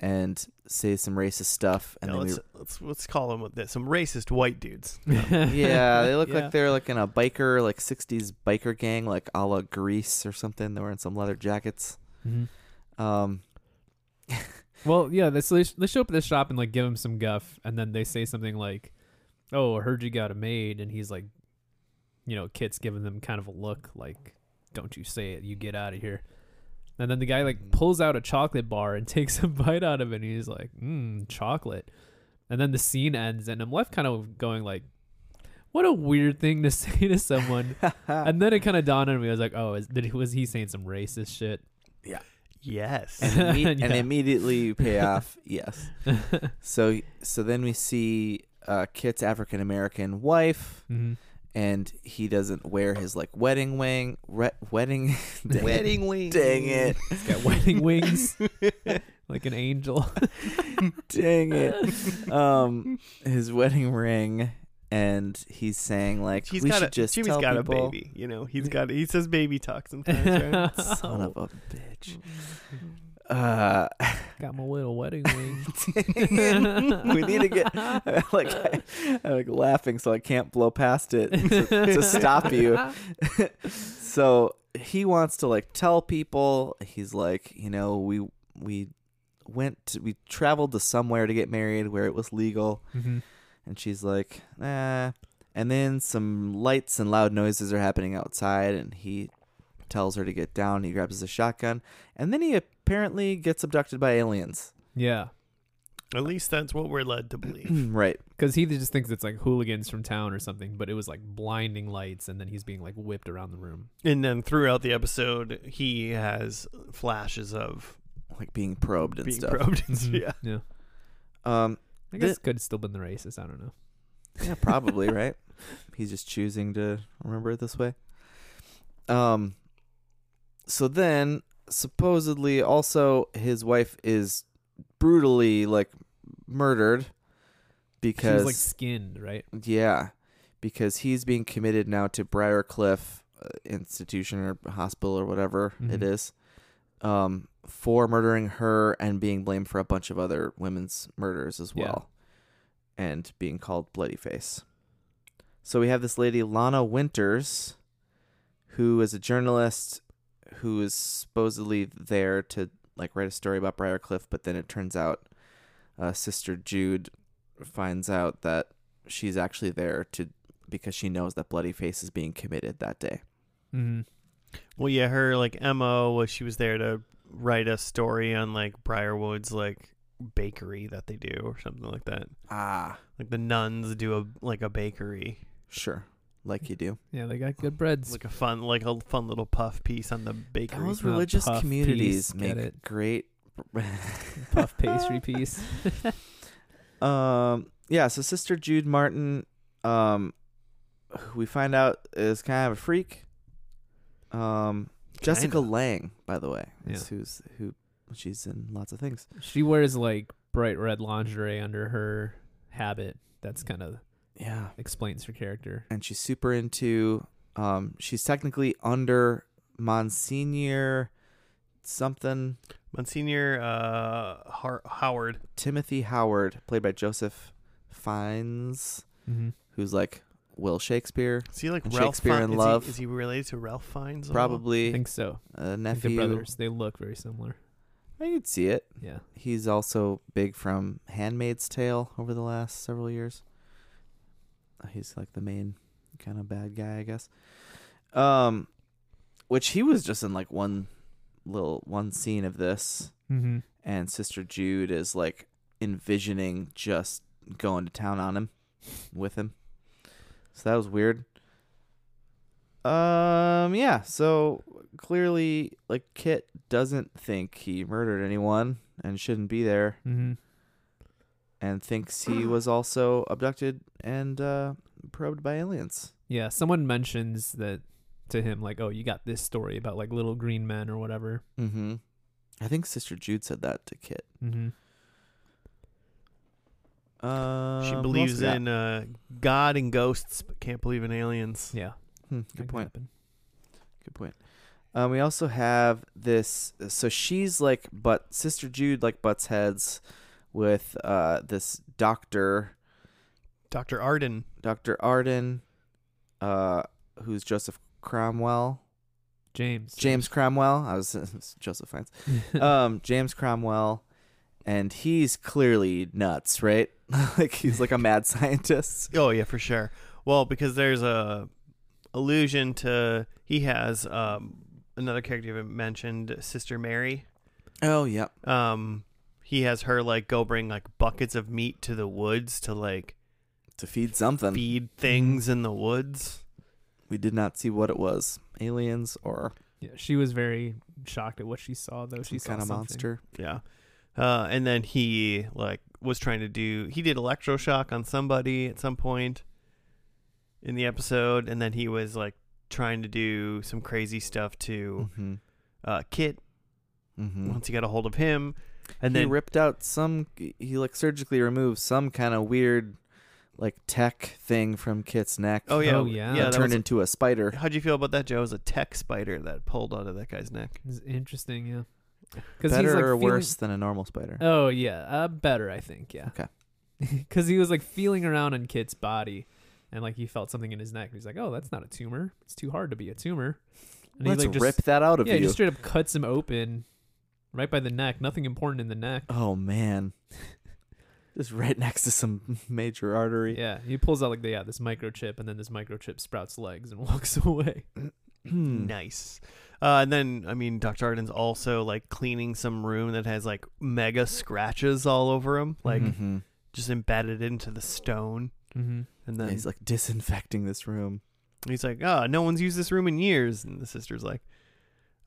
S2: and say some racist stuff, and
S1: No,
S2: then
S1: let's, let's let's call them with this. Some racist white dudes.
S2: we, <laughs> <laughs>
S3: <laughs>
S2: yeah, they look
S3: Yeah.
S2: like they're like in a biker, like '60s biker gang, like a la Grease or something. They were in some leather jackets.
S3: Mhm.
S2: Um,
S3: Well, yeah, they, so they, sh- they show up at the shop and like give him some guff, and then they say something like, "Oh, I heard you got a maid," and he's like, you know, Kit's giving them kind of a look like, "Don't you say it, you get out of here." And then the guy like pulls out a chocolate bar and <laughs> takes a bite out of it, and he's like, "Mmm, chocolate." And then the scene ends, and I'm left kind of going like, "What a weird thing to <laughs> say to someone." and then it kind of dawned on me. I was like, "Oh, is, did, he- was he saying some racist shit?"
S1: Yes.
S2: and, imme- and
S3: Yeah.
S2: immediately you pay off. Yes. So so then we see uh, Kit's African American wife,
S3: Mm-hmm.
S2: and he doesn't wear his like wedding wing, re- wedding, <laughs> dang it.
S1: Wedding wing.
S2: Dang it!
S3: He's got wedding wings, like an angel.
S2: Dang it! Um, his wedding ring, and he's saying like
S1: He's
S2: we
S1: got
S2: should
S1: a
S2: just
S1: Jimmy's
S2: tell
S1: got
S2: people,
S1: a baby. You know, he's got he says baby talk
S3: <laughs>
S1: sometimes. Right?
S2: <laughs> son of a bitch. Uh,
S3: Got my little <laughs> wedding wing.
S2: <laughs> we need to get <laughs> like I, am like laughing so I can't blow past it to, to stop
S3: <laughs>
S1: <laughs>
S2: you. so he wants to like tell people. He's like, you know, we we went to, we traveled to somewhere to get married where it was legal,
S3: Mhm.
S2: and she's like, nah. And then some lights and loud noises are happening outside, and he tells her to get down. He grabs a shotgun, and then he apparently gets abducted by aliens.
S3: Yeah,
S1: At least that's what we're led to believe.
S2: right.
S3: because he just thinks it's like hooligans from town or something, but it was like blinding lights, and then he's being like whipped around the room.
S1: and then throughout the episode, he has flashes of
S2: like being probed and
S1: being
S2: stuff. Mm-hmm.
S1: probed. <laughs>
S3: <laughs> Mhm.
S1: yeah.
S3: yeah.
S2: Um,
S3: I
S2: The-
S3: guess could still been the racist. I don't know.
S2: <laughs> yeah, probably right. He's just choosing to remember it this way. Um, so then supposedly also his wife is brutally like murdered
S3: She was like
S2: because
S3: skinned, right?
S2: yeah, because he's being committed now to Briarcliff uh, institution or hospital or whatever it
S3: Mhm.
S2: is. Um, for murdering her and being blamed for a bunch of other women's murders as
S3: Yeah.
S2: well, and being called Bloody Face. So we have this lady Lana Winters, who is a journalist who is supposedly there to like write a story about Briarcliff, but then it turns out uh, Sister Jude finds out that she's actually there to because she knows that Bloody Face is being committed that day.
S3: Mm-hmm.
S1: Well, yeah, her like mo was she was there to write a story on like Briarwood's like bakery that they do or something like that.
S2: Ah,
S1: Like the nuns do a like a bakery,
S2: sure, like you do.
S3: Yeah, they got good breads.
S1: like a fun like a fun little puff piece on the bakery.
S2: Those
S3: not
S2: religious
S3: puff
S2: communities
S3: piece,
S2: make
S3: get it.
S2: great <laughs>
S3: puff <laughs> pastry piece.
S2: Um, yeah, so Sister Jude Martin, um, who we find out is kind of a freak. Um, Jessica Lang, by the way, is who's who. She's in lots of things.
S3: She wears like bright red lingerie under her habit. That's kind of
S2: Yeah,
S3: explains her character.
S2: and she's super into. Um, she's technically under Monsignor something
S1: Monsignor uh, Har- Howard.
S2: Timothy Howard, played by Joseph Fiennes,
S3: Mm-hmm.
S2: who's like Will Shakespeare,
S1: Is he like
S2: And
S1: Ralph
S2: Shakespeare
S1: Fiennes?
S2: in
S1: is
S2: Love.
S1: He, is he related to Ralph Fiennes? at all?
S3: I
S2: probably
S3: think so.
S2: a
S3: I think they're
S2: nephew.
S3: brothers. They look very similar.
S2: I could see it.
S3: Yeah.
S2: He's also big from Handmaid's Tale over the last several years. Uh, He's like the main kind of bad guy, I guess. Um, which he was just in like one little one scene of this,
S3: Mm-hmm.
S2: and Sister Jude is like envisioning just going to town on him with him. So that was weird. Um, yeah. So clearly, like Kit doesn't think he murdered anyone and shouldn't be there
S3: Mm-hmm.
S2: and
S1: <clears throat>
S2: thinks he was also abducted and uh, probed by aliens.
S3: Yeah. Someone mentions that to him, like, "Oh, you got this story about like little green men or whatever."
S2: Mm-hmm. I think Sister Jude said that to Kit.
S3: Mm-hmm.
S2: Um,
S1: She
S2: who else
S1: believes
S2: we got?
S1: in uh, God and ghosts, but can't believe in aliens.
S3: Yeah.
S2: Hmm,
S3: that
S2: good
S3: could
S2: point.
S3: happen.
S2: Good point. Um, we also have this. So she's like, but Sister Jude like butts heads with uh this doctor,
S1: Dr. Arden.
S2: Doctor Arden, uh, who's Joseph Cromwell,
S3: James. <laughs>
S2: James Cromwell. I was <laughs> it's Joseph Fiennes. Um, James Cromwell, and he's clearly nuts, right? <laughs> like he's like a mad scientist.
S1: Oh yeah, for sure. Well, because there's a allusion to he has um, another character you haven't mentioned, Sister Mary.
S2: Oh, yep.
S1: Um, he has her like go bring like buckets of meat to the woods to like
S2: To feed something.
S1: feed things in the woods.
S2: We did not see what it was. Aliens or
S3: yeah, she was very shocked at what she saw, though. Oh,
S2: some
S3: she saw
S2: kind of
S3: something.
S2: monster.
S1: Yeah. Uh, and then he like was trying to do he did electroshock on somebody at some point in the episode, and then he was like trying to do some crazy stuff to
S2: Mm-hmm.
S1: uh, Kit
S2: Mm-hmm.
S1: once he got a hold of him, and
S2: he
S1: then
S2: ripped out some. He like surgically removed some kind of weird, like tech thing from Kit's neck.
S1: oh yeah,
S3: Oh, yeah.
S1: yeah.
S2: and
S1: that
S2: turned
S1: was-
S2: into a spider.
S1: how'd you feel about that, Joe? It was a tech spider that pulled out of that guy's neck.
S3: It's interesting, yeah. Because
S2: Better
S3: like,
S2: or
S3: feeling-
S2: worse than a normal spider.
S3: Oh yeah, uh, better I think. Yeah.
S2: Okay.
S3: <laughs> Because he was like feeling around on Kit's body, and like he felt something in his neck. He's like, "Oh, that's not a tumor. It's too hard to be a tumor." And
S2: Let's
S3: he like
S2: rip
S3: just
S2: that out of
S3: yeah, he
S2: you.
S3: just straight up cuts him open, right by the neck. Nothing important in the neck.
S2: <laughs> oh man, just right next to some major artery.
S3: Yeah, he pulls out like the, yeah this microchip, and then this microchip sprouts legs and <laughs> walks away.
S2: Hmm.
S1: Nice. Uh, and then I mean, Doctor Arden's also like cleaning some room that has like mega scratches all over him, like
S2: Mhm.
S1: just embedded into the stone.
S3: Mm-hmm.
S1: And then
S2: And he's like disinfecting this room.
S1: He's like, ah, no one's used this room in years. And the sister's like,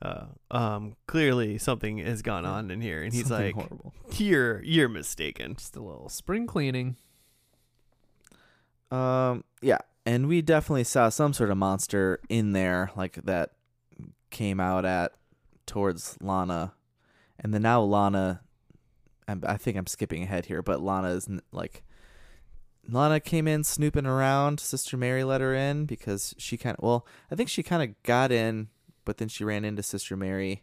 S1: uh, um, clearly something has gone on in here. And he's
S2: Something
S1: like,
S2: horrible.
S1: you're you're mistaken.
S3: Just a little spring cleaning.
S2: Um, yeah, and we definitely saw some sort of monster in there, like that came out at towards Lana, and then now Lana. I'm, I think I'm skipping ahead here, but Lana is n- like. Lana came in snooping around. Sister Mary let her in because she kind of well, I think she kind of got in, but then she ran into Sister Mary.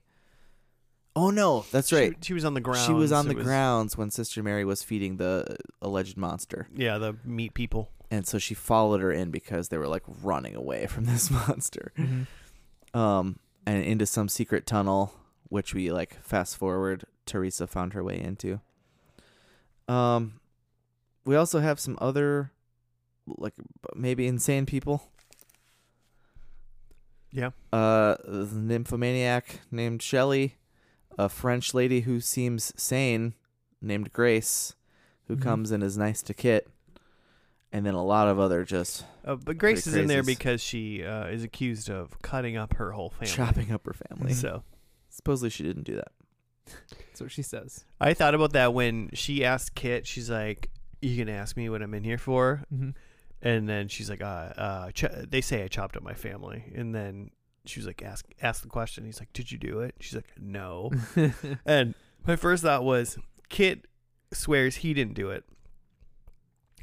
S2: Oh no, that's
S1: She-
S2: right.
S1: She, was on the ground.
S2: She, was on the grounds when Sister Mary was feeding the alleged monster.
S1: Yeah, the meat people.
S2: and so she followed her in because they were like running away from this <laughs> monster
S3: Mhm.
S2: um and into some secret tunnel which we like fast forward teresa found her way into um we also have some other like b- maybe insane people
S1: Yeah.
S2: uh the nymphomaniac named shelley a french lady who seems sane named grace who
S1: Mm-hmm.
S3: Mhm.
S2: comes and is nice to kit and then a lot of other just
S1: Uh, but Grace is
S2: Pretty
S1: in there
S2: crazies.
S1: because she uh, is accused of cutting up her whole family. Mm-hmm.
S2: chopping up her family
S1: So
S2: Supposedly she didn't do that.
S3: That's what she says.
S1: I thought about that when she asked Kit. She's like, "You can ask me what I'm in here for,"
S3: Mm-hmm.
S1: and then she's like, "Uh, uh ch- they say I chopped up my family," and then she was like, "Ask, ask the question." He's like, "Did you do it?" She's like,
S3: <laughs>
S1: "No."
S3: Mm-hmm.
S1: and my first thought was, Kit swears he didn't do it,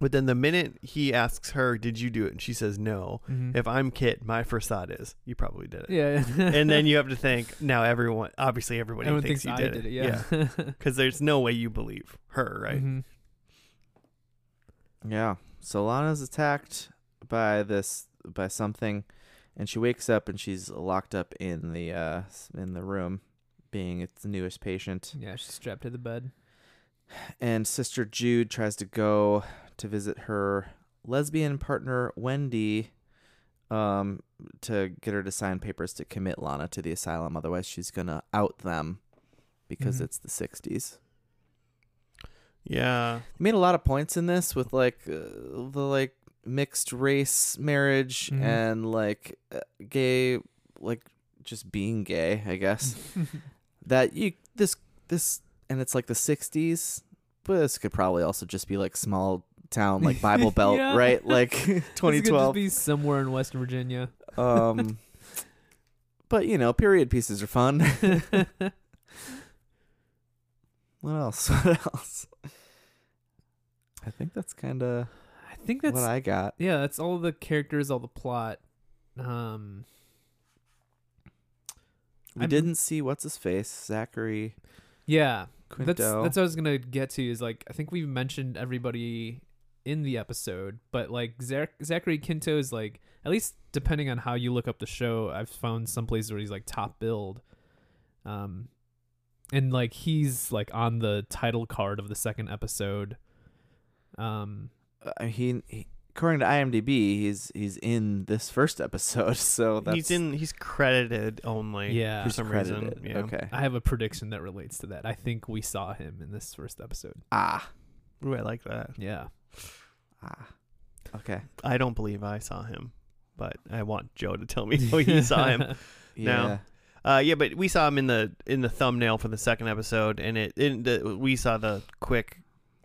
S1: but then the minute he asks her, "Did you do it?" and she says, "No,"
S3: Mm-hmm.
S1: if I'm Kit, my first thought is, "You probably did it."
S3: <laughs> yeah,
S1: <laughs> and
S3: <laughs>
S1: then you have to think now everyone obviously everybody
S3: everyone
S1: thinks,
S3: thinks
S1: you
S3: I
S1: did, it
S3: Yeah, <laughs>
S1: because there's no way you believe her right
S3: Mhm.
S2: Yeah. Solana's attacked by this by something and she wakes up and she's locked up in the uh s- in the room being its newest patient.
S3: Yeah, she's strapped to the bed.
S2: And sister Jude tries to go to visit her lesbian partner Wendy um to get her to sign papers to commit Lana to the asylum otherwise she's going to out them because
S3: Mhm.
S2: it's the 60s.
S1: yeah
S2: They made a lot of points in this with like uh, the like mixed race marriage
S3: Mhm.
S2: and like uh, gay like just being gay i
S3: <laughs>
S2: guess that you this this and it's like the 60s but this could probably also just be like small town like bible
S3: <laughs>
S2: belt
S3: Yeah.
S2: right like
S3: This could
S2: 2012
S3: just be <laughs> somewhere in West
S1: <laughs>
S3: Virginia. <laughs>
S2: um but you know period pieces are fun <laughs> what else what else i think that's kind of
S3: I think
S2: what
S3: that's
S2: i got
S3: yeah, that's all the characters, all the plot. Um,
S2: We
S3: I'm-
S2: didn't see what's his face, Zachary
S3: yeah,
S2: Quinto.
S3: That's that's what I was gonna get to. Is like I think we've mentioned everybody in the episode, but like Zach- Zachary Quinto is like at least depending on how you look up the show, I've found some places where he's like top billed, um, and like he's like on the title card of the second episode. Um,
S2: Uh, he, he, according to IMDb, he's he's in this first episode, <laughs> so that's
S1: he's in he's credited only
S3: Yeah.
S1: for
S2: he's
S1: some
S2: credited.
S1: reason yeah
S2: Okay.
S3: I have a prediction that relates to that. I think we saw him in this first episode.
S2: Ah.
S1: Ooh, i like that <laughs>
S3: Yeah,
S2: Ah. Okay.
S1: i don't believe i saw him but i want joe to
S2: <laughs>
S1: tell me how he Oh, saw him Now-
S2: Yeah.
S1: uh yeah but we saw him in the in the thumbnail for the second episode and it in the we saw the quick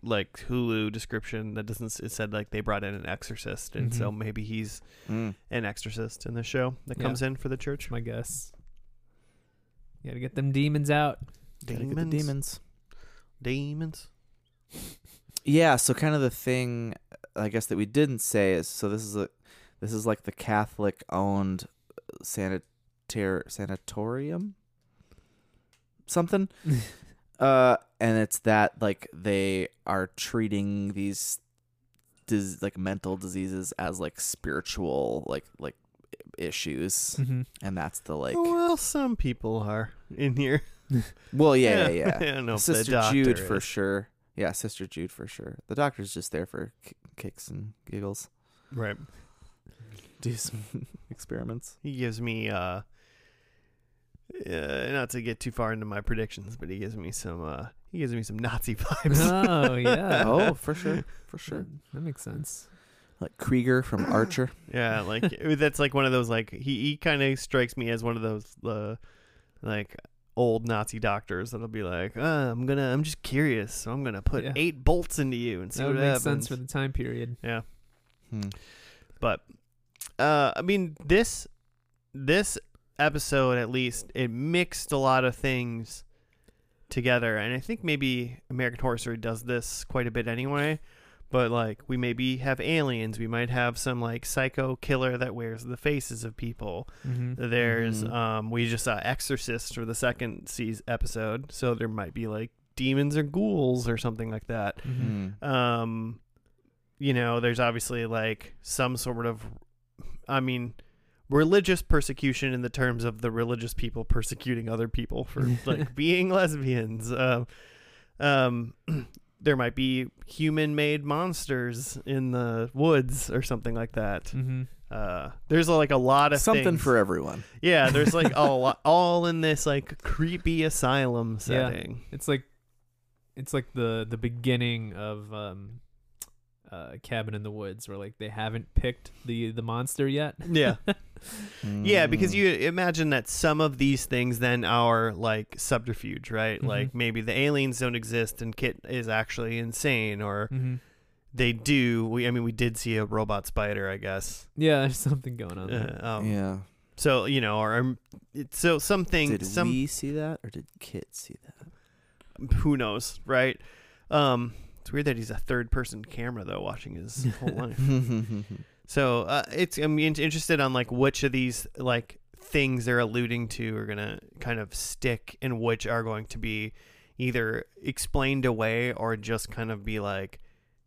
S1: like hulu description that doesn't s- it said like they brought in an exorcist and so
S3: Mhm.
S2: Mm-hmm.
S1: maybe he's
S2: Mm.
S1: an exorcist in the show that
S3: Yeah.
S1: comes in for the church
S3: <laughs> my guess. You gotta get them demons out.
S2: Gotta get the demons.
S1: demons
S2: Yeah, so kind of the thing I guess that we didn't say is so this is a this is like the Catholic owned uh, sanitar sanatorium something uh and it's that like they are treating these dis- like mental diseases as like spiritual like like
S3: <laughs>
S2: issues
S3: Mm-hmm.
S2: and that's the like
S1: well, some people are in here. <laughs>
S2: well yeah yeah yeah
S1: I don't know if the
S2: Sister
S1: doctor
S2: Jude for
S1: is.
S2: sure. Yeah, Sister Jude for sure. The doctor's just there for k- kicks and giggles.
S1: Right.
S2: Do some <laughs> experiments.
S1: He gives me uh, uh not to get too far into my predictions, but he gives me some uh he gives me some Nazi <laughs> vibes. <laughs>
S3: oh yeah.
S2: <laughs> Oh, for sure. For sure.
S3: That makes sense.
S2: Like
S1: <gasps>
S2: Krieger from Archer.
S1: yeah, <laughs> like that's like one of those like he he kind of strikes me as one of those uh, like old Nazi doctors that'll be like, uh, I'm going to I'm just curious, so I'm going to put
S3: Yeah.
S1: 8 bolts into you and see
S3: That
S1: what
S3: would make
S1: happens.
S3: sense for the time period.
S1: yeah.
S2: Hmm.
S1: but uh i mean this this episode at least it mixed a lot of things together and i think maybe american horror story does this quite a bit anyway but like we maybe have aliens we might have some like psycho killer that wears the faces of people
S3: Mm-hmm.
S1: Uh, there's
S2: Mhm.
S1: um we just saw exorcist for the second season episode so there might be like demons or ghouls or something like that
S3: Mm-hmm.
S2: Hmm.
S1: um you know there's obviously like some sort of i mean religious persecution in the terms of the religious people persecuting other people for like being lesbians um um <clears throat> there might be human made monsters in the woods or something like that
S3: Mm-hmm.
S1: uh there's like a lot of
S2: Something
S1: things.
S2: for everyone.
S1: yeah there's like a lot all in this like creepy asylum
S3: Yeah.
S1: setting
S3: It's like, it's like the the beginning of um, uh, Cabin in the Woods, where like they haven't picked the the monster yet.
S1: Yeah. Yeah,
S2: Mm.
S1: because you imagine that some of these things then are like subterfuge, right?
S2: Mm-hmm.
S3: Mhm.
S1: Like maybe the aliens don't exist and Kit is actually insane, or
S3: Mm-hmm.
S1: they do. We, I mean, we did see a robot spider, I guess.
S3: Yeah, there's something going on. There.
S1: Uh, um,
S2: Hmm. yeah.
S1: So you know, or um, it- so something.
S2: Did
S1: some
S2: we see that or did Kit see that?
S1: who knows, right? Um, it's weird that he's a third-person camera though, watching his
S2: <laughs>
S1: whole life. <laughs> So uh, it's I'm in- interested on like which of these like things they're alluding to are gonna kind of stick and which are going to be either explained away or just kind of be like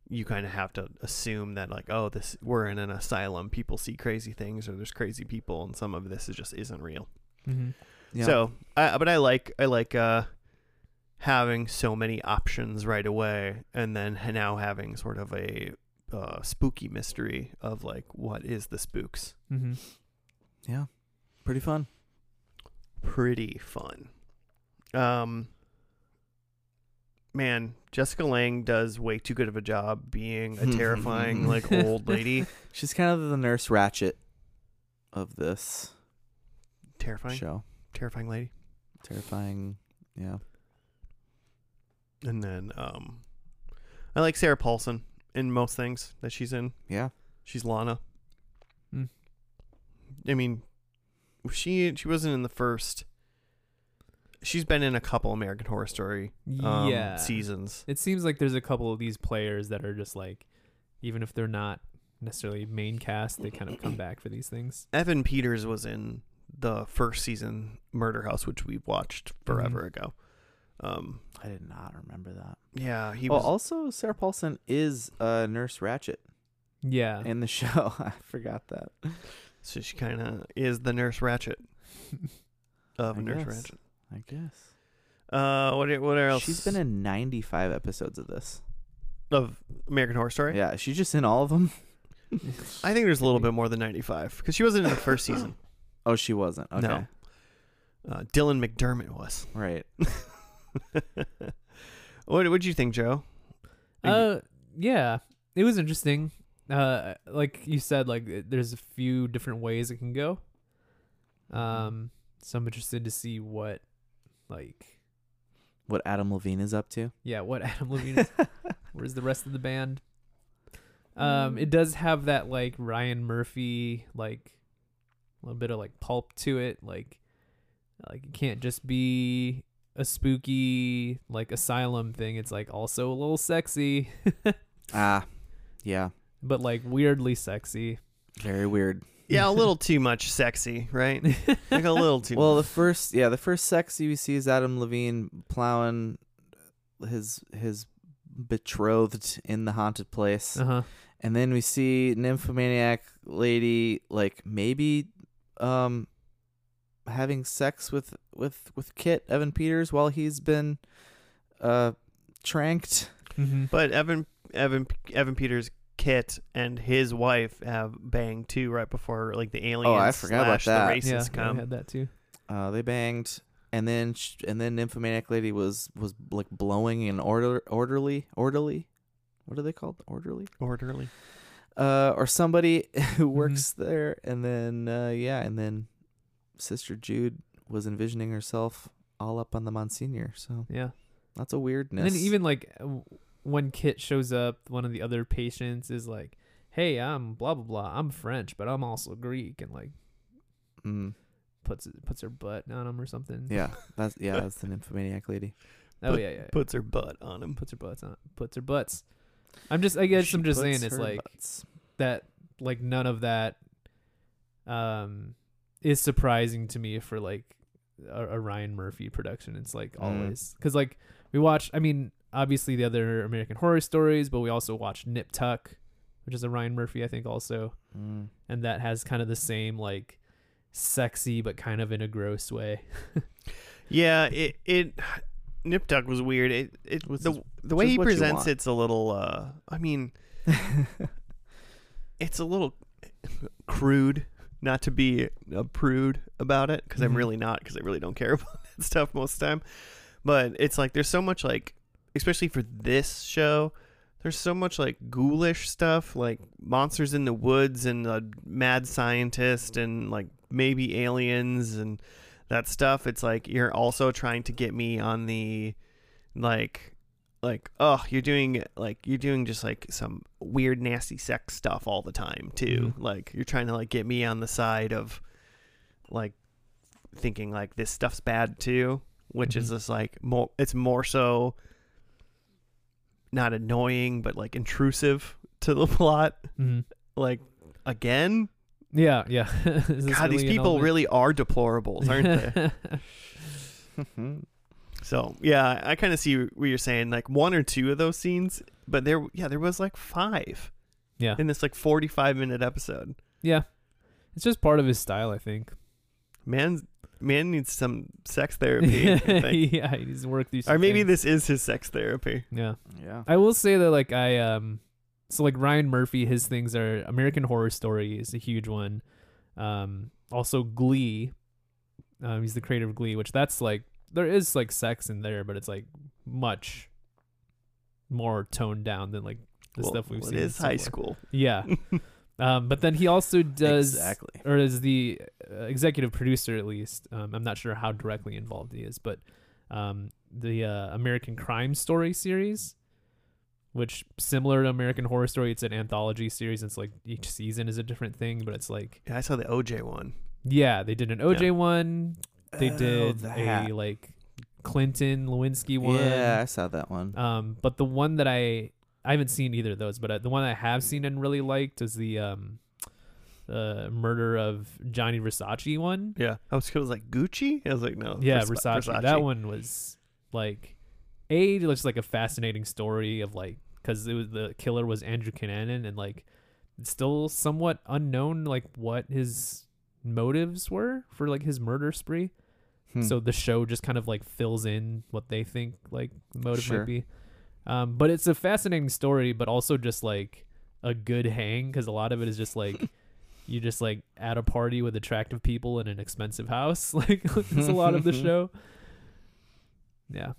S1: you kind of have to assume that like oh this we're in an asylum people see crazy things or there's crazy people and some of this is just isn't real.
S3: Mhm.
S2: Yeah.
S1: So, I, but I like I like uh, having so many options right away, and then h- now having sort of a uh, spooky mystery of like what is the spooks.
S3: Mhm.
S2: yeah, pretty fun.
S1: Pretty fun. Um, man, Jessica Lang does way too good of a job being a terrifying like old lady.
S2: She's kind of the nurse ratchet of this
S1: Terrifying,
S2: show.
S1: terrifying lady.
S2: Terrifying. Yeah.
S1: And then um, I like Sarah Paulson in most things that she's in.
S2: Yeah.
S1: She's Lana.
S3: Hmm.
S1: I mean, she she wasn't in the first. She's been in a couple American Horror Story um,
S3: yeah.
S1: seasons.
S3: It seems like there's a couple of these players that are just like, even if they're not necessarily main cast, they kind of come back for these things.
S1: Evan Peters was in the first season Murder House, which we watched
S2: Mhm.
S1: forever ago. Um,
S2: I did not remember that.
S1: yeah, he
S2: well,
S1: was.
S2: also Sarah Paulson is uh, Nurse Ratchet
S3: Yeah.
S2: in the <laughs> show. I forgot that.
S1: so she kind of is the Nurse
S2: <laughs>
S1: Ratchet of
S2: I
S1: Nurse
S2: guess.
S1: Ratchet.
S2: I guess
S1: Uh, what what else?
S2: she's been in 95 episodes of this.
S1: of American Horror Story.
S2: Yeah, she's just in all of them.
S1: I think there's a little bit more than 95 because she wasn't in the first
S2: <laughs>
S1: season.
S2: <laughs> Oh, she wasn't. Okay,
S1: No. Uh, Dylan McDermott was.
S2: right.
S1: <laughs> what would you think, Joe?
S3: Uh, yeah, it was interesting. Uh, like you said, like it- there's a few different ways it can go. Um, so I'm interested to see what, like,
S2: What Adam Levine is up to?
S3: yeah, what <laughs> Adam Levine is. Where's the rest of the band? Um, it does have that like Ryan Murphy, like a little bit of like pulp to it. Like, like it can't just be a spooky like asylum thing. It's like also a little sexy,
S2: Ah, yeah,
S3: but like weirdly sexy.
S2: very weird.
S1: Yeah, a little too much sexy, <laughs> right? Like a
S3: <laughs>
S1: little too.
S2: Well, the first, yeah, the first sex you see is Adam Levine plowing his his betrothed in the haunted place.
S3: Uh huh.
S2: And then we see nymphomaniac lady like maybe um having sex with with with Kit Evan Peters while he's been uh tranked.
S3: Mm-hmm.
S1: but Evan Evan Evan Peters Kit and his wife have banged too right before like the aliens.
S2: Oh, I forgot about
S1: slash
S2: that.
S1: The racists
S3: I
S1: come.
S3: had that too.
S2: Uh they banged and then sh- and then nymphomaniac lady was was like blowing an order orderly orderly what are they called orderly
S1: Orderly.
S2: uh or somebody <laughs> who works there and then uh yeah and then sister Jude was envisioning herself all up on the Monsignor so
S3: Yeah.
S2: That's a weirdness.
S3: And then even like w- when Kit shows up, one of the other patients is like, "Hey, I'm blah blah blah. I'm French, but I'm also Greek," and like <laughs>
S2: mm,
S3: puts puts her butt on him or something.
S2: yeah, that's yeah, that's the nymphomaniac lady.
S3: Oh yeah, yeah. yeah.
S1: Puts her butt on him.
S3: puts her butts on. Puts her butts. I'm just. I guess
S2: She
S3: I'm just
S2: puts
S3: saying it's
S2: her
S3: like
S2: butts.
S3: that. Like none of that. Um, is surprising to me for like a, a Ryan Murphy production. It's like
S2: Mm.
S3: always because like we watch. I mean, obviously the other American Horror Stories, but we also watched Nip Tuck, which is a Ryan Murphy, I think, also,
S2: Mm. <laughs>
S3: and that has kind of the same like sexy but kind of in a gross way. <laughs>
S1: Yeah, it it Nip Tuck was weird. It it
S2: Which
S1: the
S2: is-
S1: the
S2: which
S1: way
S2: is
S1: he
S2: what you
S1: presents
S2: want.
S1: it's a little. uh I <laughs> mean, it's a little crude. Not to be a prude about it, because I'm
S3: Mhm.
S1: really not, because I really don't care <laughs> about that stuff most of the time. But it's like there's so much like, especially for this show, There's so much like ghoulish stuff, like monsters in the woods and a mad scientist and like maybe aliens and that stuff. It's like you're also trying to get me on the like like oh you're doing like you're doing just like some weird nasty sex stuff all the time too
S3: Mhm.
S1: like you're trying to like get me on the side of like thinking like this stuff's bad too which is
S3: Mhm.
S1: just like more it's more so not annoying but like intrusive to the <laughs> plot
S3: Mhm.
S1: like again
S3: Yeah, yeah. <laughs> Is this
S1: god these
S3: really an
S1: people
S3: element?
S1: really are deplorables aren't
S3: <laughs>
S1: they So yeah, I kind of see what you're saying. Like one or two of those scenes, but there, yeah, there was like five
S3: yeah,
S1: in this like 45 minute episode.
S3: it's just part of his style, I think.
S1: Man, man needs some sex
S3: <laughs>
S1: therapy. I think.
S3: yeah, he's worked these.
S1: or maybe this is his sex therapy.
S3: Yeah,
S2: yeah.
S3: I will say that like I um, so like Ryan Murphy, his things are American Horror Story is a huge one. Um, also Glee. Um, he's the creator of Glee, which that's like there is like sex in there, but it's like much more toned down than like the
S1: Well,
S3: stuff we've
S1: well,
S3: seen.
S1: It is
S3: so
S1: high
S3: far.
S1: school. <laughs>
S3: Yeah. um, but then he also does
S2: exactly.
S3: or is the uh, executive producer at least. Um, I'm not sure how directly involved he is, but um, the uh, American Crime Story series, which similar to American Horror Story, it's an anthology series. It's like each season is a different thing, but it's like
S1: Yeah, I saw the OJ one.
S3: yeah, they did an OJ
S1: Yeah.
S3: one, they
S2: Oh,
S3: did
S2: that.
S3: a like Clinton Lewinsky one.
S2: Yeah, I saw that one.
S3: Um, but the one that I I haven't seen either of those, but uh, the one I have seen and really liked is the um, uh, murder of Johnny Versace one.
S1: Yeah, I was, I was like Gucci. I was like, no,
S3: Yeah,
S1: Versa-
S3: Versace. That one was like a just like a fascinating story of like because it was the killer was Andrew Cunanan and like it's still somewhat unknown like what his motives were for like his murder spree.
S2: Hmm.
S3: So the show just kind of like fills in what they think like the motive
S2: Sure.
S3: might be. Um, but it's a fascinating story, but also just like a good hang because a lot of it is
S2: <laughs>
S3: just like you just like at a party with attractive people in an expensive house. <laughs> Like it's a lot
S2: <laughs>
S3: of the show. Yeah.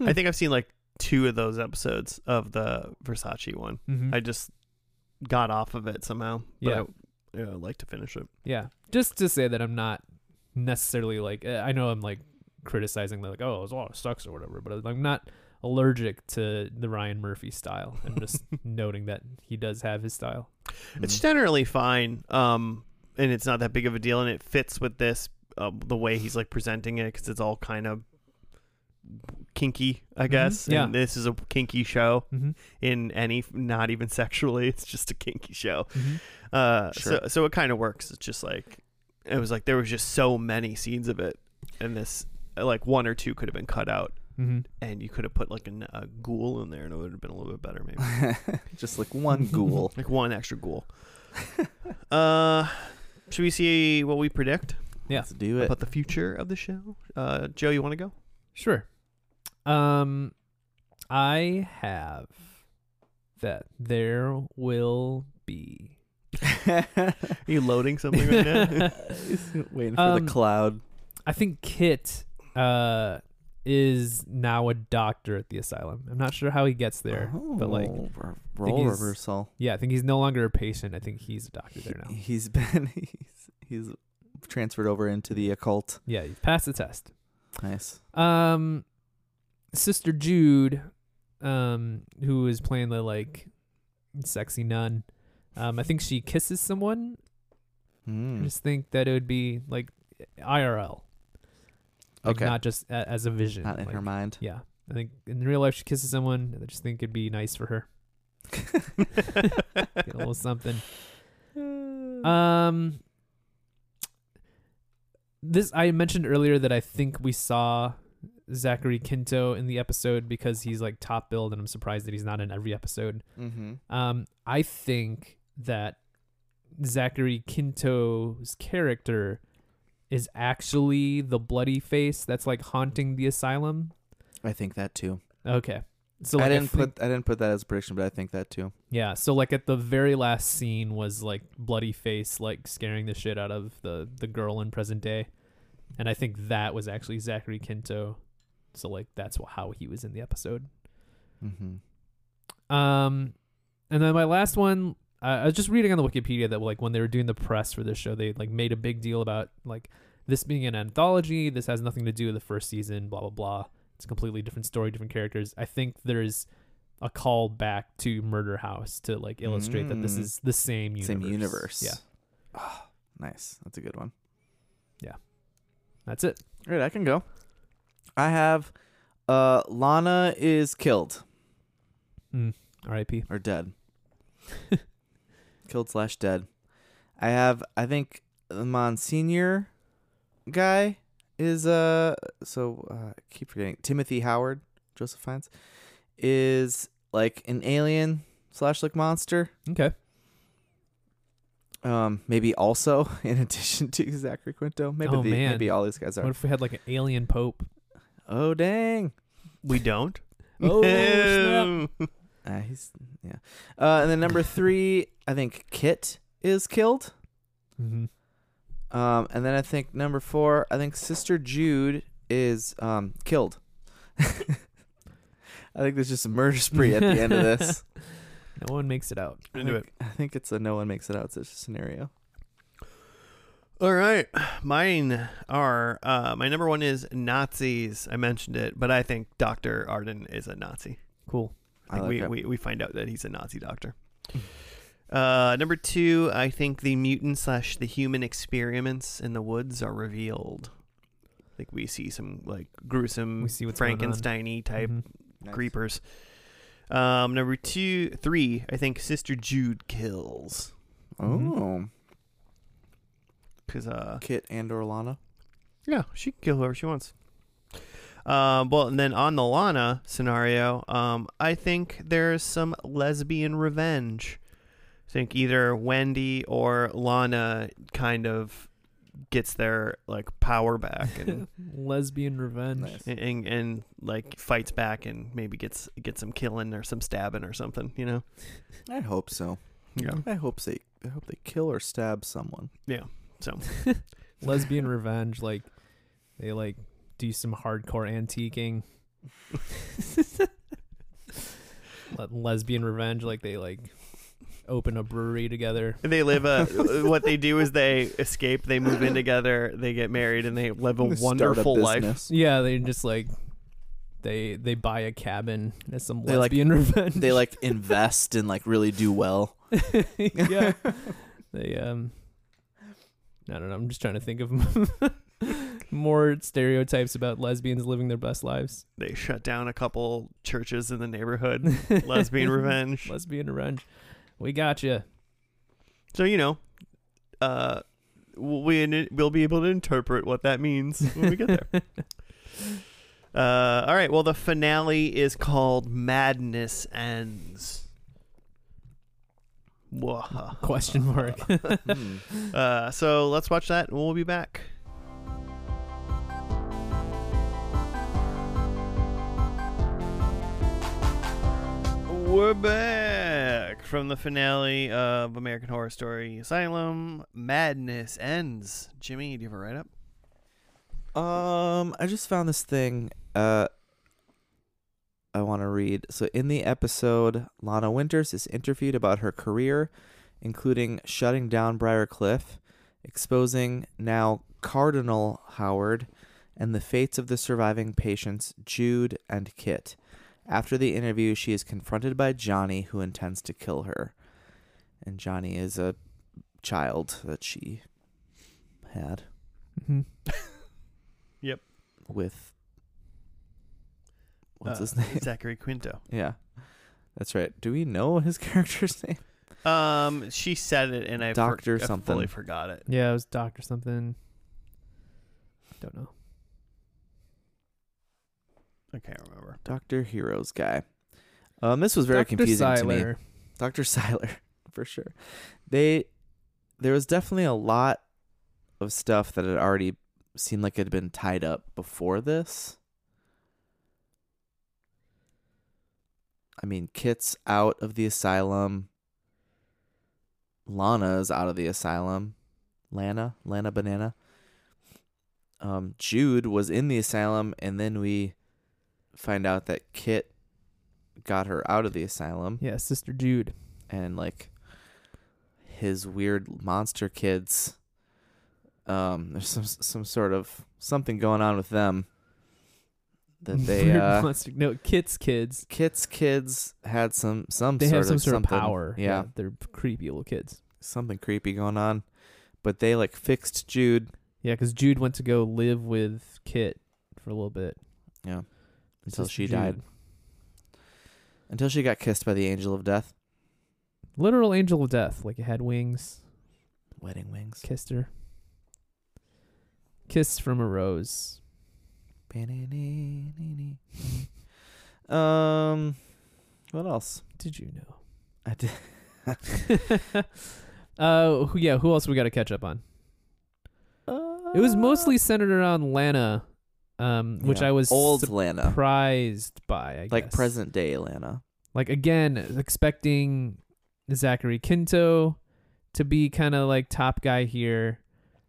S1: I think I've seen like two of those episodes of the Versace one.
S3: Mhm.
S1: I just got off of it somehow. But
S3: Yeah.
S1: I, yeah, I'd like to finish it.
S3: yeah. Just to say that I'm not necessarily like uh, I know I'm like criticizing like oh it's all sucks or whatever, but I'm not allergic to the Ryan Murphy style. I'm just noting that he does have his style. Mm-hmm.
S1: It's generally fine, um, and it's not that big of a deal, and it fits with this uh, the way he's like presenting it because it's all kind of kinky, I
S3: Mhm.
S1: guess.
S3: Yeah.
S1: and this is a kinky show
S3: Mm-hmm.
S1: in any, not even sexually. <laughs> It's just a kinky show. Uh,
S2: Sure.
S1: So so it kind of works. It's just like it was like there was just so many scenes of it, and this uh, like one or two could have been cut out.
S3: Mm-hmm.
S1: And you could have put like an, a ghoul in there, and it would have been a little bit better,
S3: <laughs>
S1: maybe.
S2: Just like one ghoul.
S1: Like one extra ghoul. uh, should we see what we predict
S3: Yeah.
S2: Let's do it.
S1: about the future of the show? Uh, Joe, you want to go?
S3: Sure. Um, I have that there will be. <laughs>
S1: Are you loading something right now?
S2: <laughs> Waiting for
S3: Um,
S2: the cloud.
S3: <laughs> I think Kit uh is now a doctor at the asylum. I'm not sure how he gets there, but like
S2: Oh, r- role
S3: he's-
S2: reversal.
S3: yeah, I think he's no longer a patient. I think he's a doctor there now.
S2: He's <laughs> been he's he's transferred over into the occult.
S3: Yeah, he's passed the test.
S2: Nice.
S3: Um Sister Jude um who is playing the like sexy nun. Um I think she kisses someone I
S2: Mm.
S3: just think that it would be like IRL. Like,
S2: Okay.
S3: Not just a, as a vision.
S2: Not in
S3: like-
S2: her
S3: <sighs>
S2: mind.
S3: Yeah. I think in real life she kisses someone. and I just think it'd be nice
S2: <laughs>
S3: for her. Get <laughs> a little something.
S2: Mm-hmm.
S3: Um This I mentioned earlier that I think we saw Zachary Quinto in the episode because he's like top billed and I'm surprised that he's not in every episode.
S2: mm-hmm.
S3: Um, I think that Zachary Quinto's character is actually the bloody face that's like haunting the asylum.
S2: I think that too.
S3: Okay. So
S2: I
S3: like,
S2: didn't
S3: think-
S2: put I didn't put that as a prediction, but I think that too.
S3: yeah. So like at the very last scene was like bloody face like scaring the shit out of the the girl in present day, and I think that was actually Zachary Quinto. So like that's wh- how he was in the episode.
S2: Mm-hmm.
S3: Um, and then my last one, uh, I was just reading on the Wikipedia that like when they were doing the press for this show, they like made a big deal about like this being an anthology. This has nothing to do with the first season. Blah blah blah. It's a completely different story, different characters. I think there's a call back to Murder House to like illustrate that this
S2: Mm.
S3: is the same universe.
S2: Same universe.
S3: Yeah,
S2: Ah, nice. That's a good one.
S3: that's it.
S2: All right, I can go. I have uh, Lana is killed
S3: R.I.P.
S2: or
S3: <laughs>
S2: dead. killed slash dead. I have, I think, the Monsignor guy is, uh, so uh, I keep forgetting. Timothy Howard, Joseph Fiennes, is like an alien slash like monster.
S3: Okay.
S2: Um, maybe also <laughs> in addition to Zachary Quinto. Maybe
S3: Oh,
S2: the,
S3: man.
S2: maybe all these guys are.
S3: What if we had like an alien pope?
S2: Oh dang!
S1: <laughs> We don't.
S3: Oh,
S1: <laughs>
S3: snap.
S2: Uh, he's yeah. Uh, and then number three, I think Kit is killed.
S3: Mm-hmm.
S2: Um, and then I think number four, I think Sister Jude is um killed. <laughs> I think there's just a murder spree at the end
S1: <laughs>
S2: of this.
S3: No one makes it out.
S2: I
S1: Into it.
S2: think, I think it's a no one makes it out such scenario.
S1: All right. Mine are uh, my number one is Nazis. I mentioned it, but I think Dr. Arden is a Nazi.
S3: Cool.
S1: I
S2: I
S1: think
S2: like
S1: we,
S2: it.
S1: we, we find out that he's a Nazi doctor. Uh, number two, I think the mutant slash the human experiments in the woods are revealed. Like we see some like gruesome
S3: We see what's going on.
S1: Frankenstein type
S3: Mhm.
S1: creepers. Um, number two, three, I think Sister Jude kills Mm-hmm.
S2: Oh,
S1: because uh,
S2: Kit and or Lana.
S1: Yeah, she can kill whoever she wants. Um, well, and then on the Lana scenario, um, I think there's some lesbian revenge. I think either Wendy or Lana kind of gets their like power back <laughs> and
S3: Lesbian revenge.
S2: Nice.
S1: and, and, and like fights back and maybe gets gets some killing or some stabbing or something, you know?
S2: I hope so.
S1: Yeah.
S2: I hope they. I hope they kill or stab someone.
S3: lesbian revenge like they like do some hardcore antiquing Le- lesbian revenge like they like open a brewery together
S1: They live <laughs> a. what they do is they escape, they move in together, they get married, and they live a
S2: Start
S1: wonderful life.
S2: business.
S3: yeah they just like they they buy a cabin as some
S2: They, like-
S3: lesbian
S2: <laughs>
S3: revenge <laughs>
S2: They like invest and like really do well.
S3: yeah they um i don't know i'm just trying to think of <laughs> more stereotypes about lesbians living their best lives
S1: they shut down a couple churches in the
S3: <laughs>
S1: neighborhood. Lesbian revenge.
S3: lesbian revenge we got you
S1: So you know, uh, we we'll be able to interpret what that means when we get there. uh, all right. Well, the finale is called "Madness Ends." Whoa.
S3: question mark
S2: Hmm.
S1: Uh, so let's watch that, and we'll be back. We're back from the finale of American Horror Story Asylum. Madness ends. Jimmy, do you have a write up?
S2: Um, I just found this thing. Uh, I want to read. So in the episode, Lana Winters is interviewed about her career, including shutting down Briarcliff, exposing now Cardinal Howard, and the fates of the surviving patients Jude and Kit. After the interview, she is confronted by Johnny, who intends to kill her, and Johnny is a child that she had
S3: Mhm.
S2: with what's
S1: Uh,
S2: his name? <laughs>
S1: Zachary Quinto.
S2: Yeah, that's right. Do we know his <laughs> character's name?
S1: Um, she said it, and I, for-
S2: Doctor
S1: I fully
S2: something.
S1: forgot it.
S3: Yeah, it was Doctor something. Don't know.
S1: I can't remember.
S2: Doctor Heroes guy. Um, this was very confusing to me.
S3: Seiler.
S2: Doctor <laughs> Seiler, for sure. They there was definitely a lot of stuff that had already seemed like it had been tied up before this. I mean, Kit's out of the asylum. Lana's out of the asylum. Lana, Lana Banana. Um, Jude was in the asylum, and then we find out that Kit got her out of the asylum
S3: Yeah, Sister Jude.
S2: and like his weird monster kids. Um, there's some some sort of something going on with them
S3: <laughs>
S2: that they
S3: Weird
S2: uh,
S3: monster. No, Kit's kids.
S2: Kit's kids had some some
S3: They
S2: sort
S3: have some
S2: of
S3: sort
S2: something,
S3: of power.
S2: Yeah,
S3: they're creepy little kids.
S2: something creepy going on, but they like fixed Jude.
S3: Yeah, because Jude went to go live with Kit for a little bit
S2: Yeah, until
S3: Sister
S2: she
S3: Jude.
S2: died. Until she got kissed by the angel of death,
S3: Literal angel of death. Like it had wings.
S2: wedding wings.
S3: Kissed her. Kiss from a rose.
S2: Um, what else?
S3: Did you know?
S2: I did.
S3: <laughs> Uh, who, yeah. Who else we got to catch up on? It was mostly centered around Lana, um, which
S2: Yeah.
S3: I was
S2: old Lana,
S3: surprised by. I
S2: like
S3: guess.
S2: present day Lana.
S3: Like again, expecting Zachary Quinto to be kind of like top guy here,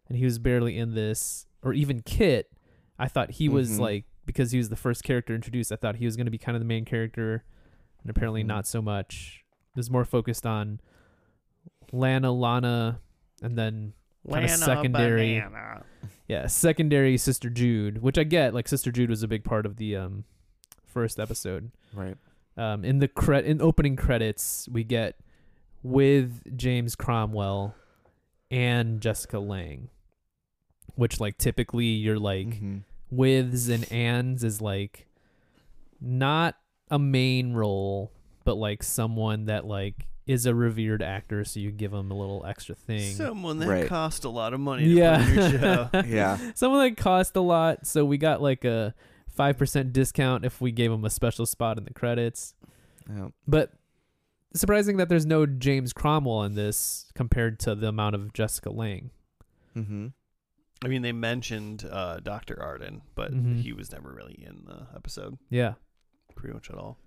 S3: and he was barely in this, or even Kit. I thought he was
S2: Mm-hmm.
S1: Mhm.
S3: like because he was the first character introduced. I thought he was going to be kind of the main character, and apparently
S2: Mhm.
S3: not so much. It was more focused on Lana, Lana, and then Kinda
S1: Lana
S3: secondary.
S1: Banana.
S3: Yeah, secondary Sister Jude, which I get. Like Sister Jude was a big part of the um, first episode.
S2: Right.
S3: Um, in the cre- in opening credits, we get with James Cromwell and Jessica Lang, which like typically you're like
S1: Mm-hmm.
S3: withs and ands is like not a main role, but like someone that like is a revered actor, so you give them a little extra thing. <laughs>
S1: Someone that
S2: Right.
S1: cost a lot of money to yeah.
S3: yeah,
S1: put
S3: <laughs>
S1: on your show.
S2: Yeah.
S3: someone that cost a lot so we got like a 5% discount if we gave him a special spot in the credits
S2: Yep.
S3: but surprising that there's no james cromwell in this compared to the amount of jessica lang
S2: Mm-hmm.
S1: I mean, they mentioned uh, Dr. Arden, but
S3: Mhm.
S1: he was never really in the episode
S3: yeah
S1: pretty much at all.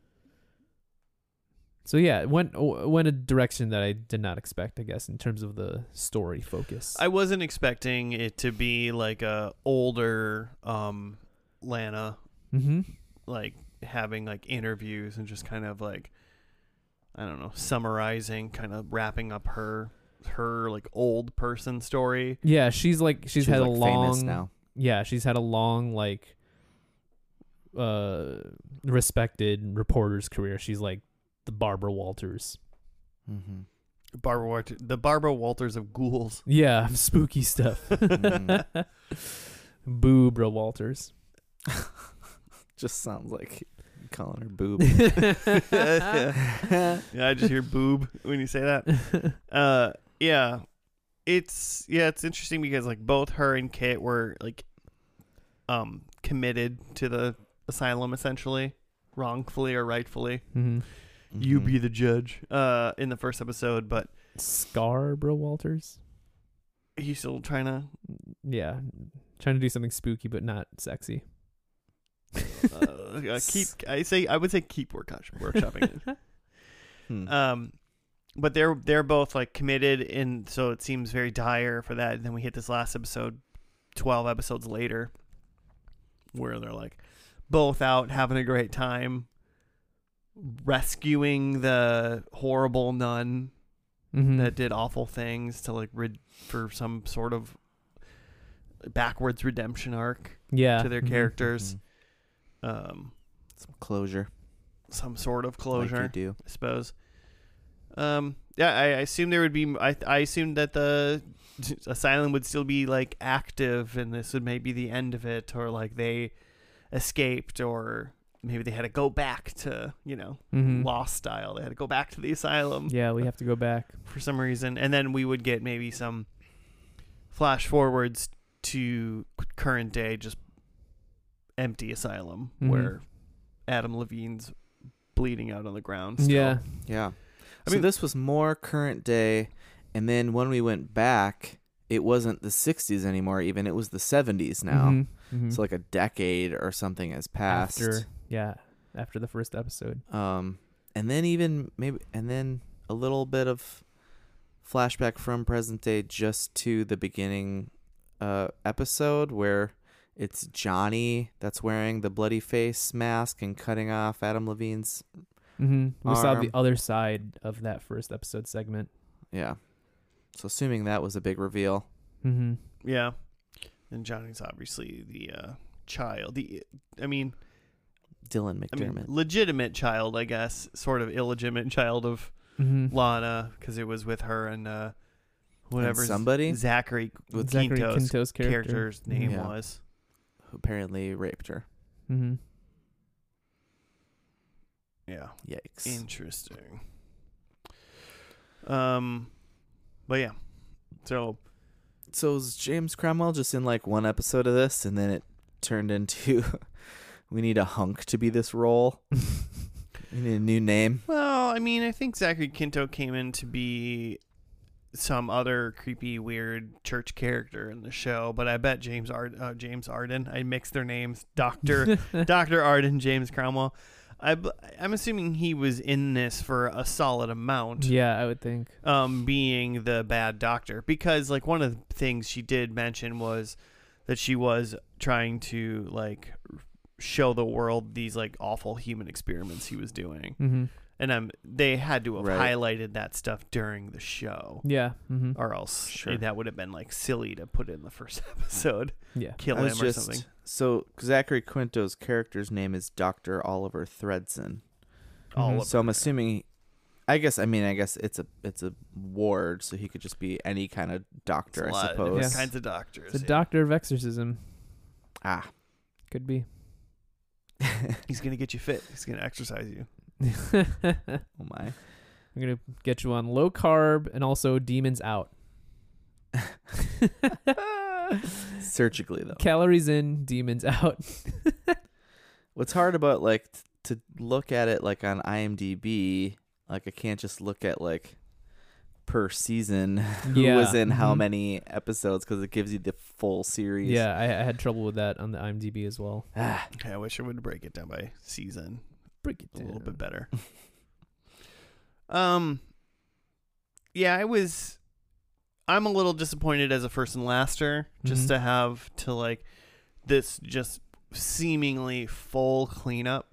S3: so yeah it went w- went a direction that i did not expect i guess in terms of the story focus
S1: I wasn't expecting it to be like a older um, Lana,
S3: mm-hmm.
S1: like having like interviews and just kind of like I don't know, summarizing, kind of wrapping up her her like old person story.
S3: yeah she's like she's, had
S2: like,
S3: a
S2: famous
S3: long
S2: now.
S3: yeah she's had a long like uh respected reporter's career she's like the barbara walters
S2: Mm-hmm.
S1: Barbara Walter, the Barbara Walters of ghouls.
S3: Yeah, <laughs> spooky stuff. <laughs>
S2: Mm.
S3: Boobra Walters.
S2: Just sounds like calling her
S3: <laughs>
S2: boob.
S3: yeah.
S2: Mm-hmm.
S1: Yeah, I just hear boob when you say that. Uh, yeah, it's yeah, it's interesting because like both her and Kit were like, um, committed to the asylum essentially, wrongfully or rightfully.
S3: Mhm.
S1: You
S2: Mhm.
S1: be the judge. Uh, in the first episode, but
S3: Scarborough Walters.
S1: he's still trying to
S3: Yeah, trying to do something spooky but not sexy.
S1: <laughs> uh, uh, keep. I say I would say keep workshop workshopping
S3: <laughs>
S1: it.
S2: Hmm.
S1: Um, but they're they're both like committed, and so it seems very dire for that. And then we hit this last episode, twelve episodes later, where they're like both out having a great time, rescuing the horrible nun
S3: Mhm.
S1: that did awful things to like rid for some sort of backwards redemption arc
S3: yeah
S1: to their
S3: mhm.
S1: characters.
S2: Mhm.
S1: Um,
S2: Some closure.
S1: some sort of
S2: like
S1: closure.
S2: you do.
S1: I suppose. Um, yeah, I, I assumed there would be. I, I assumed that the <laughs> asylum would still be like active, and this would maybe be the end of it, or like they escaped, or maybe they had to go back to you know
S3: Mhm.
S1: lost style. They had to go back to the asylum
S3: Yeah, we have to go back.
S1: for some reason, and then we would get maybe some flash forwards to current day, just empty asylum
S3: Mhm.
S1: where Adam Levine's bleeding out on the ground. Still.
S3: Yeah,
S2: Yeah.
S1: I
S2: so
S1: mean-
S2: this was more current day, and then when we went back, it wasn't the '60s anymore. Even it was the '70s now.
S3: Mhm. Mhm.
S2: So like a decade or something has passed.
S3: after yeah after the first episode.
S2: Um, and then even maybe, and then a little bit of flashback from present day just to the beginning uh, episode where it's Johnny that's wearing the bloody face mask and cutting off Adam Levine's
S3: hmm We saw the
S2: Arm.
S3: other side of that first episode segment.
S2: Yeah. So assuming that was a big reveal.
S3: Mm-hmm.
S1: Yeah. And Johnny's obviously the uh, child. The I mean,
S2: Dylan
S1: I mean,
S2: McDermott.
S1: legitimate child, I guess, sort of illegitimate child of
S3: Mm-hmm.
S1: Lana because it was with her and uh, whatever
S2: and somebody
S1: Zachary
S2: With
S1: with
S3: Zachary
S1: Quinto's
S3: Quinto's character.
S1: character's name
S2: Yeah.
S1: was.
S2: who apparently raped her.
S3: Mm-hmm.
S1: Yeah.
S2: Yikes.
S1: Interesting. Um, but yeah. So
S2: so was James Cromwell just in like one episode of this and then it turned into <laughs> we need a hunk to be
S1: <laughs>
S2: this role. we need a new name.
S1: Well, I mean, I think Zachary Quinto came in to be some other creepy, weird church character in the show, but I bet James Ard- uh, James Arden. I mixed their names, Doctor Doctor Arden, James Cromwell. I b- I'm assuming he was in this for a solid amount,
S3: yeah, I would think.
S1: um, being the bad doctor, because like one of the things she did mention was that she was trying to like show the world these like awful human experiments he was doing
S3: Mm-hmm.
S1: and um, they had to have
S2: Right.
S1: highlighted that stuff during the show,
S3: Yeah. Mm-hmm.
S1: or else
S2: Sure.
S1: that would have been like silly to put in the first <laughs> episode,
S3: Yeah.
S1: kill
S2: I
S1: him
S2: was
S1: or
S2: just-
S1: something.
S2: So Zachary Quinto's character's name is Dr. Oliver Thredson.
S1: All
S3: Mhm.
S1: of
S2: mm-hmm. So I'm assuming I guess I mean I guess it's a it's a ward, so he could just be any kind of doctor,
S1: a
S2: I
S1: lot of
S2: suppose.
S1: different
S3: Yes.
S1: kinds of doctors.
S3: The
S1: yeah.
S3: Doctor of Exorcism
S2: Ah.
S3: could be. <laughs>
S1: He's gonna get you fit. He's gonna exercise you.
S3: I'm
S2: oh my.
S3: gonna get you on low carb and also demons
S1: <laughs>
S3: out.
S2: Surgically though.
S3: Calories in,
S1: <laughs>
S3: demons out.
S2: What's hard about like t- to look at it like on IMDb, like I can't just look at like per season <laughs> who
S3: Yeah.
S2: was in how
S3: Mhm.
S2: many episodes because it gives you the full series.
S3: Yeah, I, I had trouble with that on the IMDb as well.
S2: Ah,
S1: Okay, I wish I would break it down by season
S3: Break it
S1: a little bit
S3: <laughs>
S1: better. um, yeah, I was. I'm a little disappointed as a first and laster just
S3: Mhm.
S1: to have to like this just seemingly full cleanup.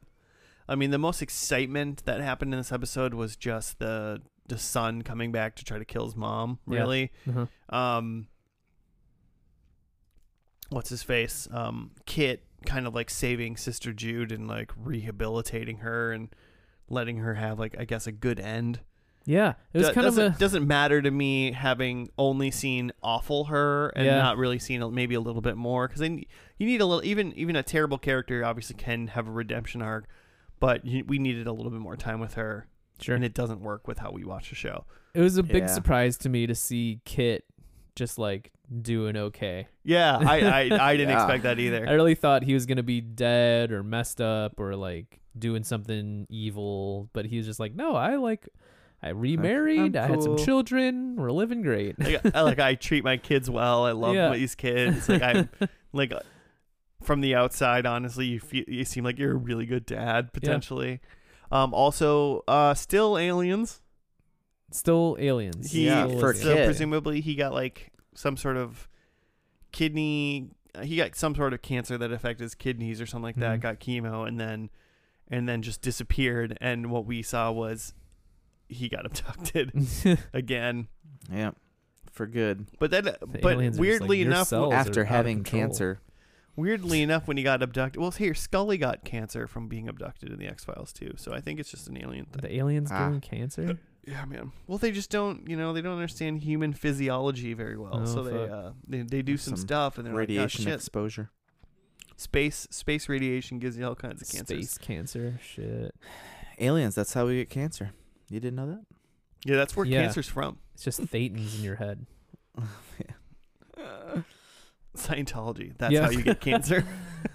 S1: I mean, the most excitement that happened in this episode was just the the son coming back to try to kill his mom.
S3: Yeah.
S1: Really,
S3: Uh-huh.
S1: um what's his face um kit kind of like saving sister jude and like rehabilitating her and letting her have like i guess a good end
S3: Yeah, it was
S1: Do-
S3: kind of
S1: doesn't,
S3: a
S1: doesn't matter to me having only seen awful her and
S3: Yeah.
S1: not really seen a- maybe a little bit more because you need a little even even a terrible character obviously can have a redemption arc but you, we needed a little bit more time with her
S3: sure.
S1: and it doesn't work with how we watch the show
S3: It was a big
S2: Yeah.
S3: surprise to me to see Kit just like doing okay.
S1: yeah i
S3: <laughs>
S1: i, I didn't
S2: Yeah.
S1: expect that either
S3: I really thought he was gonna be dead or messed up or like doing something evil, but he was just like, no, I like, I remarried, I had some
S2: cool."
S3: children, we're living great.
S1: like, I, like I treat my kids well. I love
S3: Yeah.
S1: these kids. Like I'm <laughs> like uh, from the outside, honestly, you feel, you seem like you're a really good dad potentially. Um, also, uh, still aliens.
S3: <laughs> Still aliens.
S1: He
S2: Yeah,
S3: Still
S2: for a
S1: so
S3: aliens.
S2: kid.
S1: presumably he got like some sort of kidney. uh, He got some sort of cancer that affected his kidneys or something like that.
S3: Mhm.
S1: Got chemo and then and then just disappeared. And what we saw was he got <laughs> abducted again.
S2: <sighs> yeah, for good.
S1: But then,
S3: The
S1: but
S3: aliens are just like,
S1: weirdly
S3: "Your
S1: enough,
S3: cells are out
S2: After
S3: of
S2: having
S3: control."
S2: cancer,
S1: Weirdly enough, when he got abducted, well, here Scully got cancer from being abducted in the X Files too. So I think it's just an alien thing.
S3: <laughs> The aliens
S2: Ah.
S3: getting cancer?
S1: yeah, man. Well, they just don't, you know, they don't understand human physiology very well.
S3: Oh,
S1: so they,
S3: fuck.
S1: uh, they they do some,
S2: Some
S1: stuff and they're
S2: radiation
S1: like, oh, shit,
S2: exposure.
S1: space space radiation gives you all kinds of cancers.
S3: Space cancer. Shit.
S2: Aliens. That's how we get cancer. You didn't know that?
S1: Yeah, that's where
S3: Yeah.
S1: cancer's from. <laughs>
S3: It's just thetans in your head.
S1: <sighs> Scientology. That's
S3: Yeah.
S1: how you get
S3: <laughs>
S1: cancer.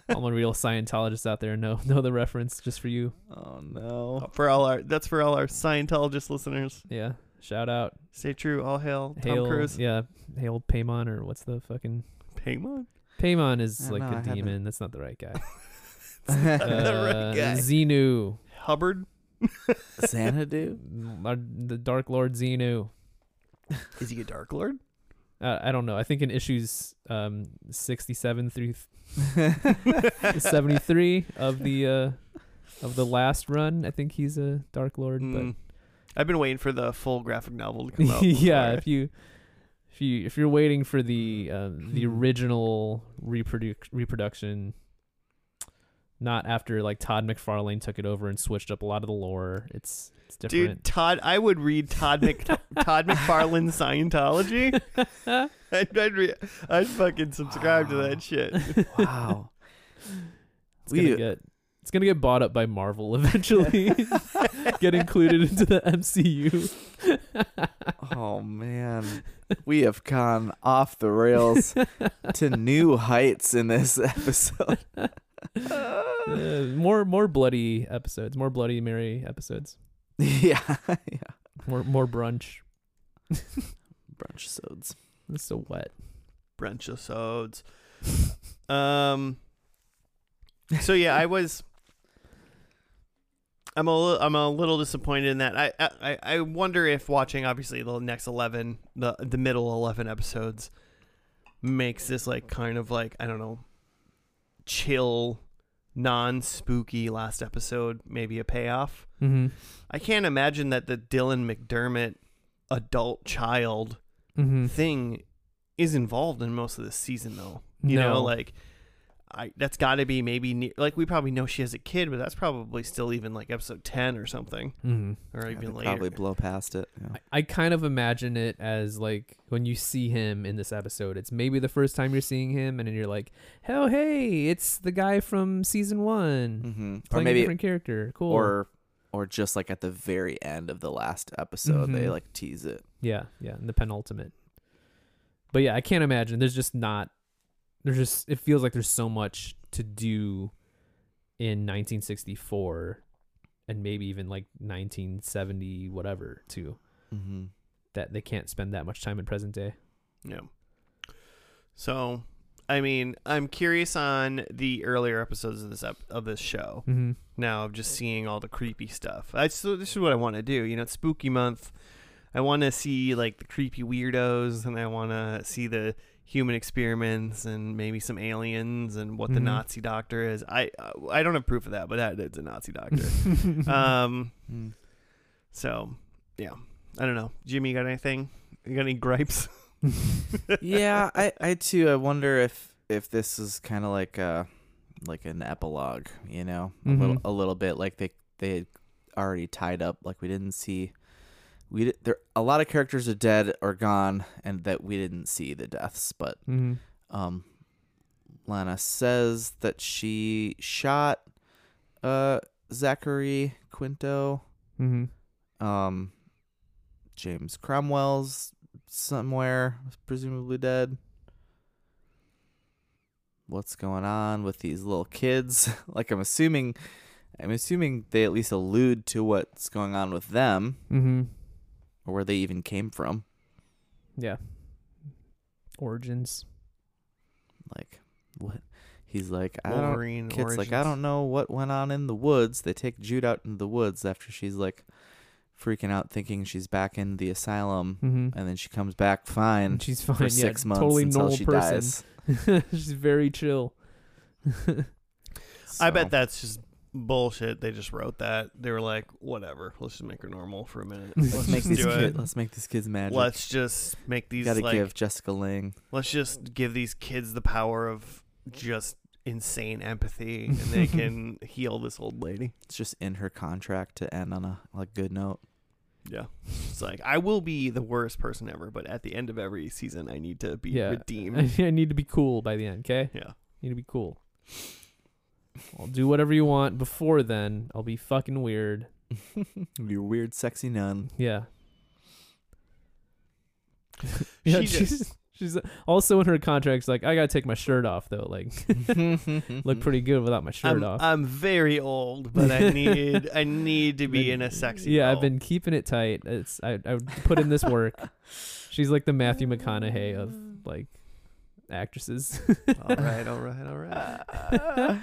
S3: All my real Scientologists out there know know the reference just for you.
S2: Oh no.
S1: for all our that's for all our Scientologist listeners.
S3: Yeah. Shout out.
S1: Stay true. All hail Tom
S3: Hail,
S1: Cruise.
S3: Yeah. Hail Paimon or what's the fucking
S1: Paimon.
S3: Paimon is
S2: I don't
S3: like
S2: know, I
S3: a
S1: <laughs>
S2: haven't-
S3: demon. That's not the right guy.
S1: the right
S3: Uh,
S1: guy.
S3: Xenu.
S1: Hubbard.
S2: <laughs> Xanadu.
S3: Our- The Dark Lord Xenu.
S1: Is he a Dark Lord?
S3: Uh, I don't know. I think in issues um,
S1: <laughs>
S3: 67 through 73 of the uh, of the last run. I think he's a Dark Lord,
S1: Mm. I've been waiting for the full graphic novel to come
S3: but
S1: out.
S3: <laughs> yeah,
S1: before
S3: if you if you if you're waiting for the um, the
S1: Hmm.
S3: original reproduc- reproduction, not after like Todd McFarlane took it over and switched up a lot of the lore. It's it's
S1: I- dude,
S3: different.
S1: Todd. I would read Todd Mc <laughs>
S3: <laughs>
S1: Todd McFarlane Scientology. I'd I'd, re- I'd fucking subscribe to
S3: <laughs>
S1: that shit.
S2: Wow.
S3: It's gonna
S2: We-
S3: get it's gonna get bought up by Marvel <laughs> eventually.
S1: <laughs>
S3: get included into the <laughs> MCU.
S2: oh man, we have gone off the rails <laughs> to new heights in this episode. <laughs>
S3: Uh, more more bloody episodes, more bloody Mary episodes,
S2: yeah, yeah.
S3: more more brunch.
S2: Brunch sods.
S3: It's so wet.
S1: Brunch episodes. Um. So yeah, I was. I'm a li- I'm a little disappointed in that. I I I wonder if watching obviously the next eleven the the middle eleven episodes makes this like kind of like I don't know chill non spooky last episode maybe a payoff.
S3: Mm-hmm.
S1: I can't imagine that the Dylan McDermott adult child
S2: Mm.
S3: Mm-hmm.
S1: thing is involved in most of this season though. You know, like I that's got to be maybe near, like we probably know she has a kid, but that's probably still even like episode ten or something,
S3: Mm-hmm.
S1: or
S2: Yeah, they
S1: even later.
S2: probably blow past it. yeah.
S3: I, I kind of imagine it as like when you see him in this episode, it's maybe the first time you're seeing him, and then you're like, "Hell, hey, it's the guy from season one
S2: Mhm. Or
S3: playing a
S2: maybe
S3: different character." Cool.
S2: or or just like at the very end of the last episode they
S1: Mm-hmm.
S3: Mhm.
S2: like tease it
S3: Yeah, yeah, and the penultimate. But yeah, I can't imagine. There's just not. There's just. It feels like there's so much to do in 1964, and maybe even like 1970, whatever, too.
S2: mm-hmm.
S3: That they can't spend that much time in present day.
S1: Yeah. So, I mean, I'm curious on the earlier episodes of this ep- of this show.
S3: Mm-hmm.
S1: Now of just seeing all the creepy stuff. I so this is what I want to do. You know, it's spooky month. I want to see like the creepy weirdos, and I want to see the human experiments, and maybe some aliens, and what the
S3: Mhm.
S1: Nazi doctor is. I I don't have proof of that, but that it's a Nazi
S3: <laughs>
S1: doctor.
S2: Uh,
S1: um.
S2: Mm.
S1: So, yeah. I don't know. Jimmy, you got anything? You got any gripes?
S3: Mm-hmm.
S1: <laughs>
S2: yeah i i too i wonder if if this is kind of like uh like an epilogue you know a little
S3: Mhm.
S2: a little bit like they they had already tied up like we didn't see we di- there a lot of characters are dead or gone and that we didn't see the deaths but
S3: hmm
S2: um, Lana says that she shot uh, Zachary Quinto,
S3: hmm
S2: um, James Cromwell's somewhere, presumably dead. What's going on with these little kids? <laughs> like I'm assuming, I'm assuming they at least allude to what's going on with them
S3: hmm
S2: or where they even came from.
S3: Yeah. Origins.
S2: Like what? He's like, I don't
S1: Wolverine
S2: Kid's
S1: origins.
S2: like, I don't know what went on in the woods. They take Jude out into the woods after she's like freaking out, thinking she's back in the asylum,
S3: Mm-hmm.
S2: and then she comes back fine
S3: And she's fine.
S2: for
S3: yeah,
S2: six months
S3: totally
S2: until
S3: normal
S2: she
S3: person.
S2: dies.
S3: <laughs> She's very chill.
S1: I
S2: So,
S1: bet that's just bullshit. They just wrote that. They were like, whatever. Let's just make her normal for a
S2: <laughs>
S1: minute. Let's,
S2: Let's
S3: Let's
S2: make
S1: just
S2: these
S1: do
S2: kid,
S1: it.
S2: let's make these kids magic.
S1: Let's just make these
S2: Gotta
S1: like.
S2: give Jessica Lang.
S1: Let's just give these kids the power of just insane empathy, and
S2: <laughs>
S1: they can heal this old lady.
S2: It's just in her contract to end on a like good note.
S1: Yeah, it's like I will be the worst person ever, but at the end of every season, I need to be
S3: Yeah.
S1: redeemed.
S3: <laughs> I, I need to be cool by the end, okay?
S1: Yeah.
S3: need to be cool. I'll do whatever you want. Before then, I'll be fucking weird.
S2: Your weird, sexy <laughs> nun.
S3: Yeah. <laughs> yeah,
S1: She
S3: she's she's also in her contracts like I gotta take my shirt off though. Like look
S2: Mm-hmm.
S3: pretty good without my shirt
S1: I'm,
S3: off.
S1: I'm very old, but I need I need to be in a sexy.
S3: yeah, I've
S1: role.
S3: been keeping it tight. It's I I would put in
S1: <laughs>
S3: this work. she's like the Matthew McConaughey of like actresses.
S1: <laughs> all right, all right, all
S3: <laughs>
S1: right.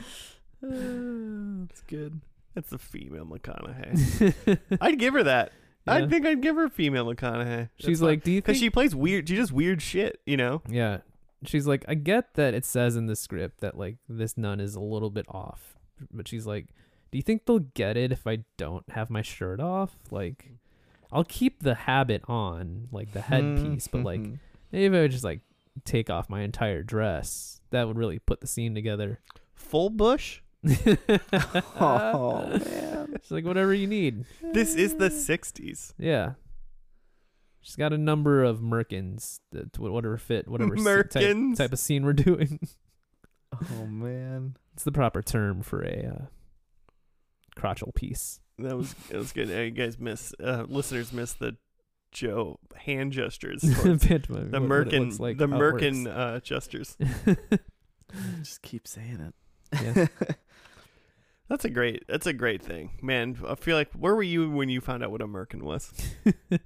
S3: That's good.
S1: That's a female McConaughey. I'd give her that. I
S3: Yeah.
S1: think I'd give her female McConaughey.
S3: she's like, do you think
S1: because she plays weird. She does weird shit. You know.
S3: Yeah. She's like, I get that it says in the script that like this nun is a little bit off, but she's like, Do you think they'll get it if I don't have my shirt off? Like, I'll keep the habit on, like the headpiece, but
S1: Mm-hmm.
S2: <laughs>
S3: like maybe I would just like take off my entire dress. That would really put the scene together. <laughs>
S1: Full bush?
S2: oh man.
S3: It's like whatever you need.
S1: This is the 60s.
S3: Yeah. She's got a number of merkins that whatever fit, whatever se-
S1: Merkins.
S3: type, type of scene we're <laughs> doing.
S2: Oh man.
S3: It's the proper term for a uh, crotchal piece. <laughs>
S1: That was that was good. Uh, You guys miss uh, listeners miss the Joe hand
S3: <laughs>
S1: gestures. towards
S3: Pantomime,
S1: the
S3: what- what it
S1: merkin
S3: looks like,
S1: the
S3: how it works.
S1: merkin uh, gestures.
S2: Just keep saying
S3: Yeah.
S2: it. <laughs>
S1: That's a great that's a great thing. Man, I feel like where were you when you found out what a merkin
S3: <laughs>
S1: was?
S3: <laughs> I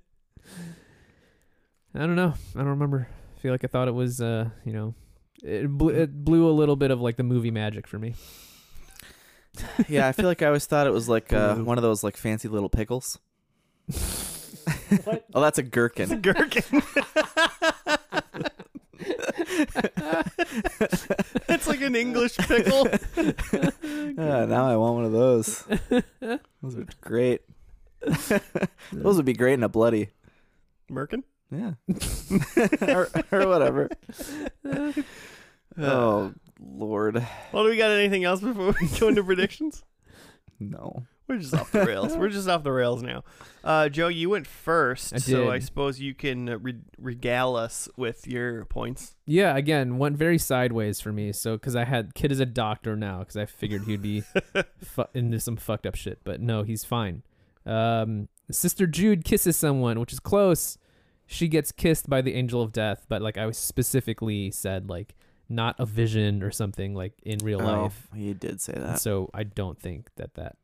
S3: don't know. I don't remember. I feel like I thought it was, uh, you know, it, bl- it blew a little bit of like the movie magic for me.
S2: yeah, I feel like I always thought it was like uh,
S1: Blue.
S2: one of those like fancy little
S3: <laughs>
S2: pickles. <laughs> oh,
S1: It's
S2: that's a
S1: a
S2: gherkin.
S3: <laughs>
S1: gherkin. That's like an English
S3: <laughs>
S1: pickle.
S2: Yeah, now I want one of those. Those are great. those would be great in a bloody.
S1: Merkin?
S2: Yeah. or, or whatever. Oh Lord,
S1: Well, do we got anything else before we go into predictions?
S2: no.
S1: We're just off the rails. We're just off the rails now. Uh, Joe, you went first,
S3: I
S1: so
S3: did.
S1: I suppose you can uh, re- regale us with your
S3: <laughs>
S1: points.
S3: Yeah, again, went very sideways for me. So, because I had kid is a doctor now, because I figured
S2: <laughs>
S3: he'd be fu- into some fucked up shit, but no, he's fine. Um, Sister Jude kisses someone, which is close. She gets kissed by the angel of death, but like I was specifically said, like not a vision or something like in real life.
S2: Oh, you did say
S3: And
S2: that.
S3: so I don't think that that.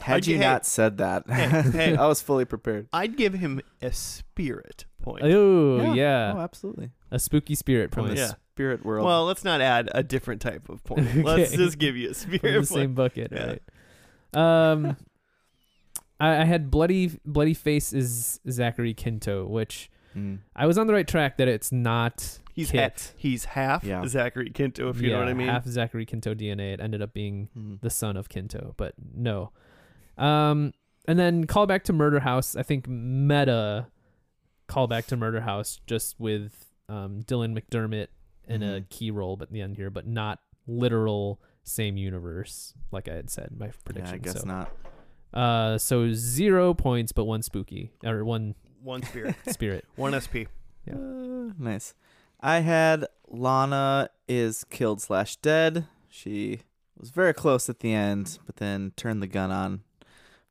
S2: Had
S1: I'd-
S2: you
S1: hey.
S2: not said that, <laughs>
S1: Hey, hey.
S2: I was fully prepared.
S1: I'd give him a spirit point.
S3: Oh yeah,
S2: Oh, absolutely.
S3: a spooky spirit
S2: From
S3: point.
S2: the
S1: Yeah.
S2: spirit world.
S1: Well, let's not add a different type of point.
S3: <laughs> Okay.
S1: Let's just give you a
S3: <laughs> We're in
S1: spirit
S3: the
S1: point.
S3: same bucket,
S1: Yeah.
S3: right? Um, <laughs> I, I had bloody bloody face is Zachary Quinto, which
S2: Mm.
S3: I was on the right track that it's not
S1: He's
S3: Kit.
S1: half. He's half
S2: Yeah.
S1: Zachary Quinto, if you know
S3: Yeah,
S1: what I mean.
S3: half Zachary Quinto DNA. It ended up being
S2: Mm.
S3: the son of Kinto, but no. Um, and then call back to Murder House. I think meta call back to Murder House just with um, Dylan McDermott in a
S1: Mm-hmm.
S2: Mhm.
S3: key role at the end here, but not literal same universe like I had said in my prediction.
S2: Yeah, I guess
S3: so,
S2: not.
S3: Uh, so zero points, but one spooky or <laughs> one
S1: One spirit.
S3: spirit.
S1: One SP.
S3: Yeah.
S2: Uh, nice. I had Lana is killed slash dead. She was very close at the end, but then turned the gun on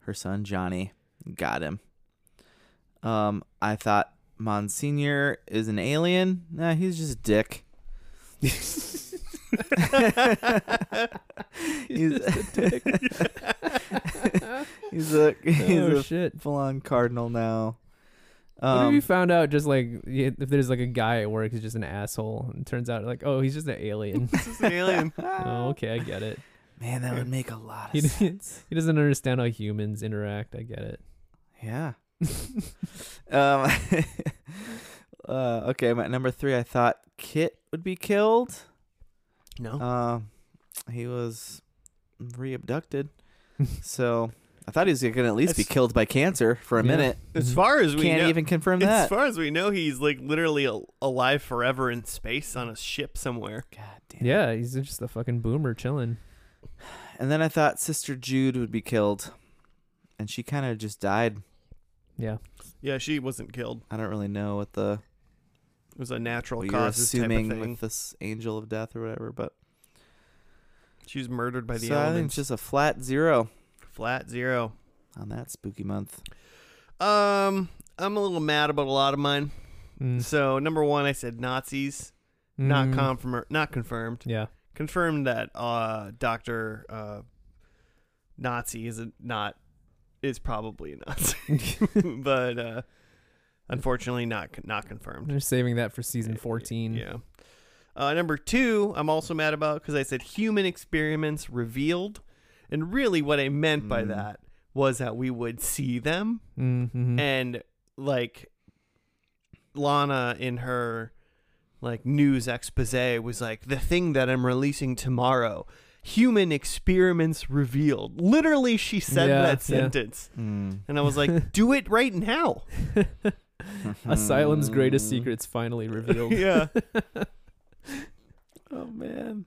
S2: her son Johnny. Got him. Um, I thought Monsignor is an alien. Nah, he's just a
S3: <laughs>
S2: dick. he's, <laughs> he's a <laughs> he's
S3: oh
S2: a
S3: shit!
S2: full on cardinal now.
S3: what if you
S2: Um,
S3: found out just like y- if there's like a guy at work who's just an asshole and it turns out like oh he's just an <laughs> alien.
S1: This is an alien.
S3: oh, okay, I get it.
S2: man, that would make a lot
S3: He
S2: of
S3: did-
S2: sense.
S3: He doesn't understand how humans interact. I get it. <laughs>
S2: Yeah. um, <laughs> uh, okay, my number three, I thought Kit would be killed.
S1: No.
S3: Oh.
S2: Um, he was
S3: <laughs>
S2: re-abducted, so I thought he was gonna at least be
S1: It's-
S2: killed by cancer for a
S3: Yeah. Mm-hmm.
S2: minute.
S1: as far as we
S2: Can't
S1: know,
S2: even confirm
S1: as
S2: that.
S1: far as we know, he's like literally al- alive forever in space on a ship somewhere.
S2: God damn. it.
S3: Yeah, he's just a fucking boomer chilling.
S2: And then I thought Sister Jude would be killed, and she kind of just died.
S3: Yeah.
S1: Yeah, she wasn't killed.
S2: I don't really know what the
S1: It was a natural
S2: what you're
S1: causes type of
S2: assuming
S1: thing.
S2: with this angel of death or whatever, but
S1: She was murdered by the
S2: so I think
S1: elements.
S2: it's just a flat zero
S1: Flat zero.
S2: on that spooky month.
S1: Um, I'm a little mad about a lot of mine.
S3: Mm.
S1: So number one, I said Nazis. Not
S3: Mm.
S1: confirm. Not confirmed.
S3: Yeah.
S1: Confirmed that uh, Doctor uh, Nazi is a, not is probably a
S2: <laughs>
S1: Nazi, <laughs> but uh, unfortunately not not confirmed.
S3: They're saving that for season 14.
S1: Yeah. Uh, number two, I'm also mad about because I said human experiments revealed. And really, what I meant by
S2: Mm.
S1: that was that we would see them.
S3: Mm-hmm.
S1: And like Lana in her like news expose was like, the thing that I'm releasing tomorrow human experiments revealed. Literally, she said
S3: Yeah, yeah.
S1: that sentence. And I was like, do it right
S3: <laughs>
S1: now.
S3: Eh. Asylum's
S2: Hmm.
S3: greatest
S1: Hmm. <laughs>
S3: secrets finally revealed.
S1: Yeah.
S3: <laughs> oh man.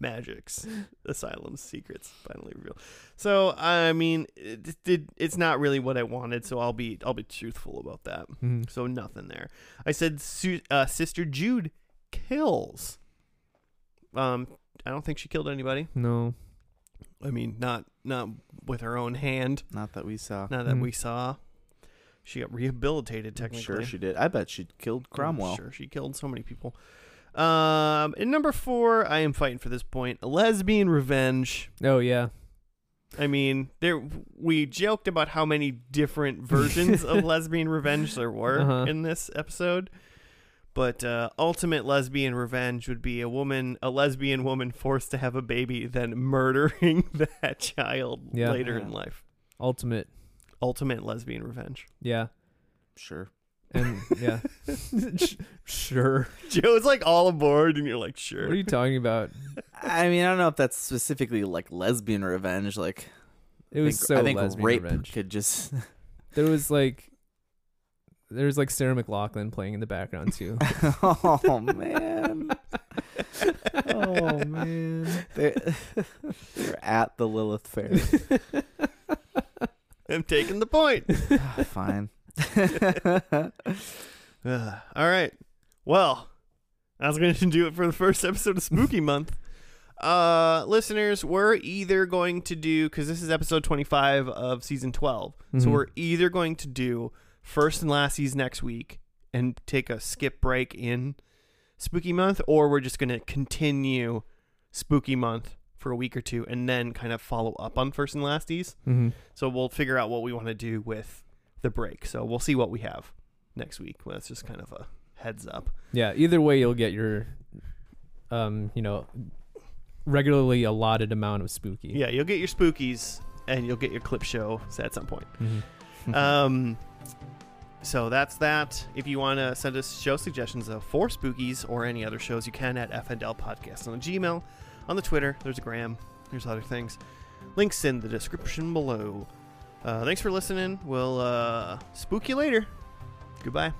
S1: Magic's Asylum's secrets finally revealed. So, I mean, it, it, it's not really what I wanted, so I'll be I'll be truthful about that.
S3: Mm.
S1: So nothing there. I said Su- uh, Sister Jude kills. Um, I don't think she killed anybody.
S3: No.
S1: I mean, not not with her own hand.
S2: Not that we saw.
S1: Not that
S3: Mm.
S1: we saw. She got rehabilitated
S2: I'm
S1: technically.
S2: Uh, sure she did. I bet she killed
S1: I'm
S2: Cromwell.
S1: sure she killed so many people. Um, and number four, I am fighting for this point. Lesbian revenge.
S3: Oh yeah.
S1: I mean, there we joked about how many different versions
S3: <laughs>
S1: of lesbian revenge there were
S3: Uh-huh.
S1: in this episode. But uh, ultimate lesbian revenge would be a woman, a lesbian woman forced to have a baby, then murdering <laughs> that child
S3: Yeah.
S1: later
S2: Yeah.
S1: in life.
S3: Ultimate.
S1: Ultimate lesbian revenge. <laughs>
S3: Yeah.
S2: Sure.
S3: And
S2: <laughs>
S3: yeah. sure.
S1: Joe's like all aboard, and you're like,
S3: What
S1: sure.
S3: are you talking about?
S2: I mean, I don't know if that's specifically like lesbian revenge. Like
S3: It
S2: I
S3: was
S2: think,
S3: so
S2: I think
S3: lesbian
S2: rape
S3: revenge.
S2: could just <laughs>
S3: There was like there was like Sarah McLaughlin playing in the background too.
S2: oh man. <laughs> oh
S3: <laughs>
S2: man. They, they're at the Lilith Fair.
S1: <laughs> <laughs> I'm taking the point.
S2: Ah, Fine. <laughs>
S1: Ugh. <sighs> all right. Well, I was going to <laughs> do it for the first episode of Spooky Month. Uh, listeners, we're either going to do because this is episode 25 of season 12. So
S3: Mhm.
S1: we're either going to do first and last season next week and take a skip break in Spooky Month, or we're just going to continue Spooky Month for a week or two and then kind of follow up on first and lasties.
S3: Mhm.
S1: So we'll figure out what we want to do with the break. So we'll see what we have next week. Well, that's just kind of a heads up.
S3: Yeah, either way you'll get your um, you know, regularly allotted amount of spooky.
S1: Yeah, you'll get your spookies and you'll get your clip show at some point.
S3: Mhm.
S1: Um, so that's that. If you want to send us show suggestions though, for spookies or any other shows, you can at FNL Podcast on the Gmail, on the Twitter, there's a gram, there's other things. Links in the description below. Uh, thanks for listening. We'll uh, spook you later. Goodbye.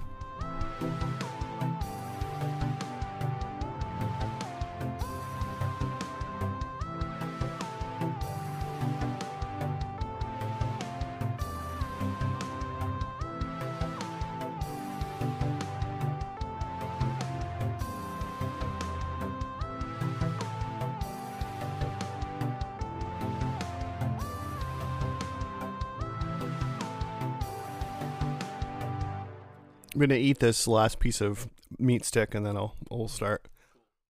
S1: I'm gonna eat this last piece of meat stick and then I'll we'll start.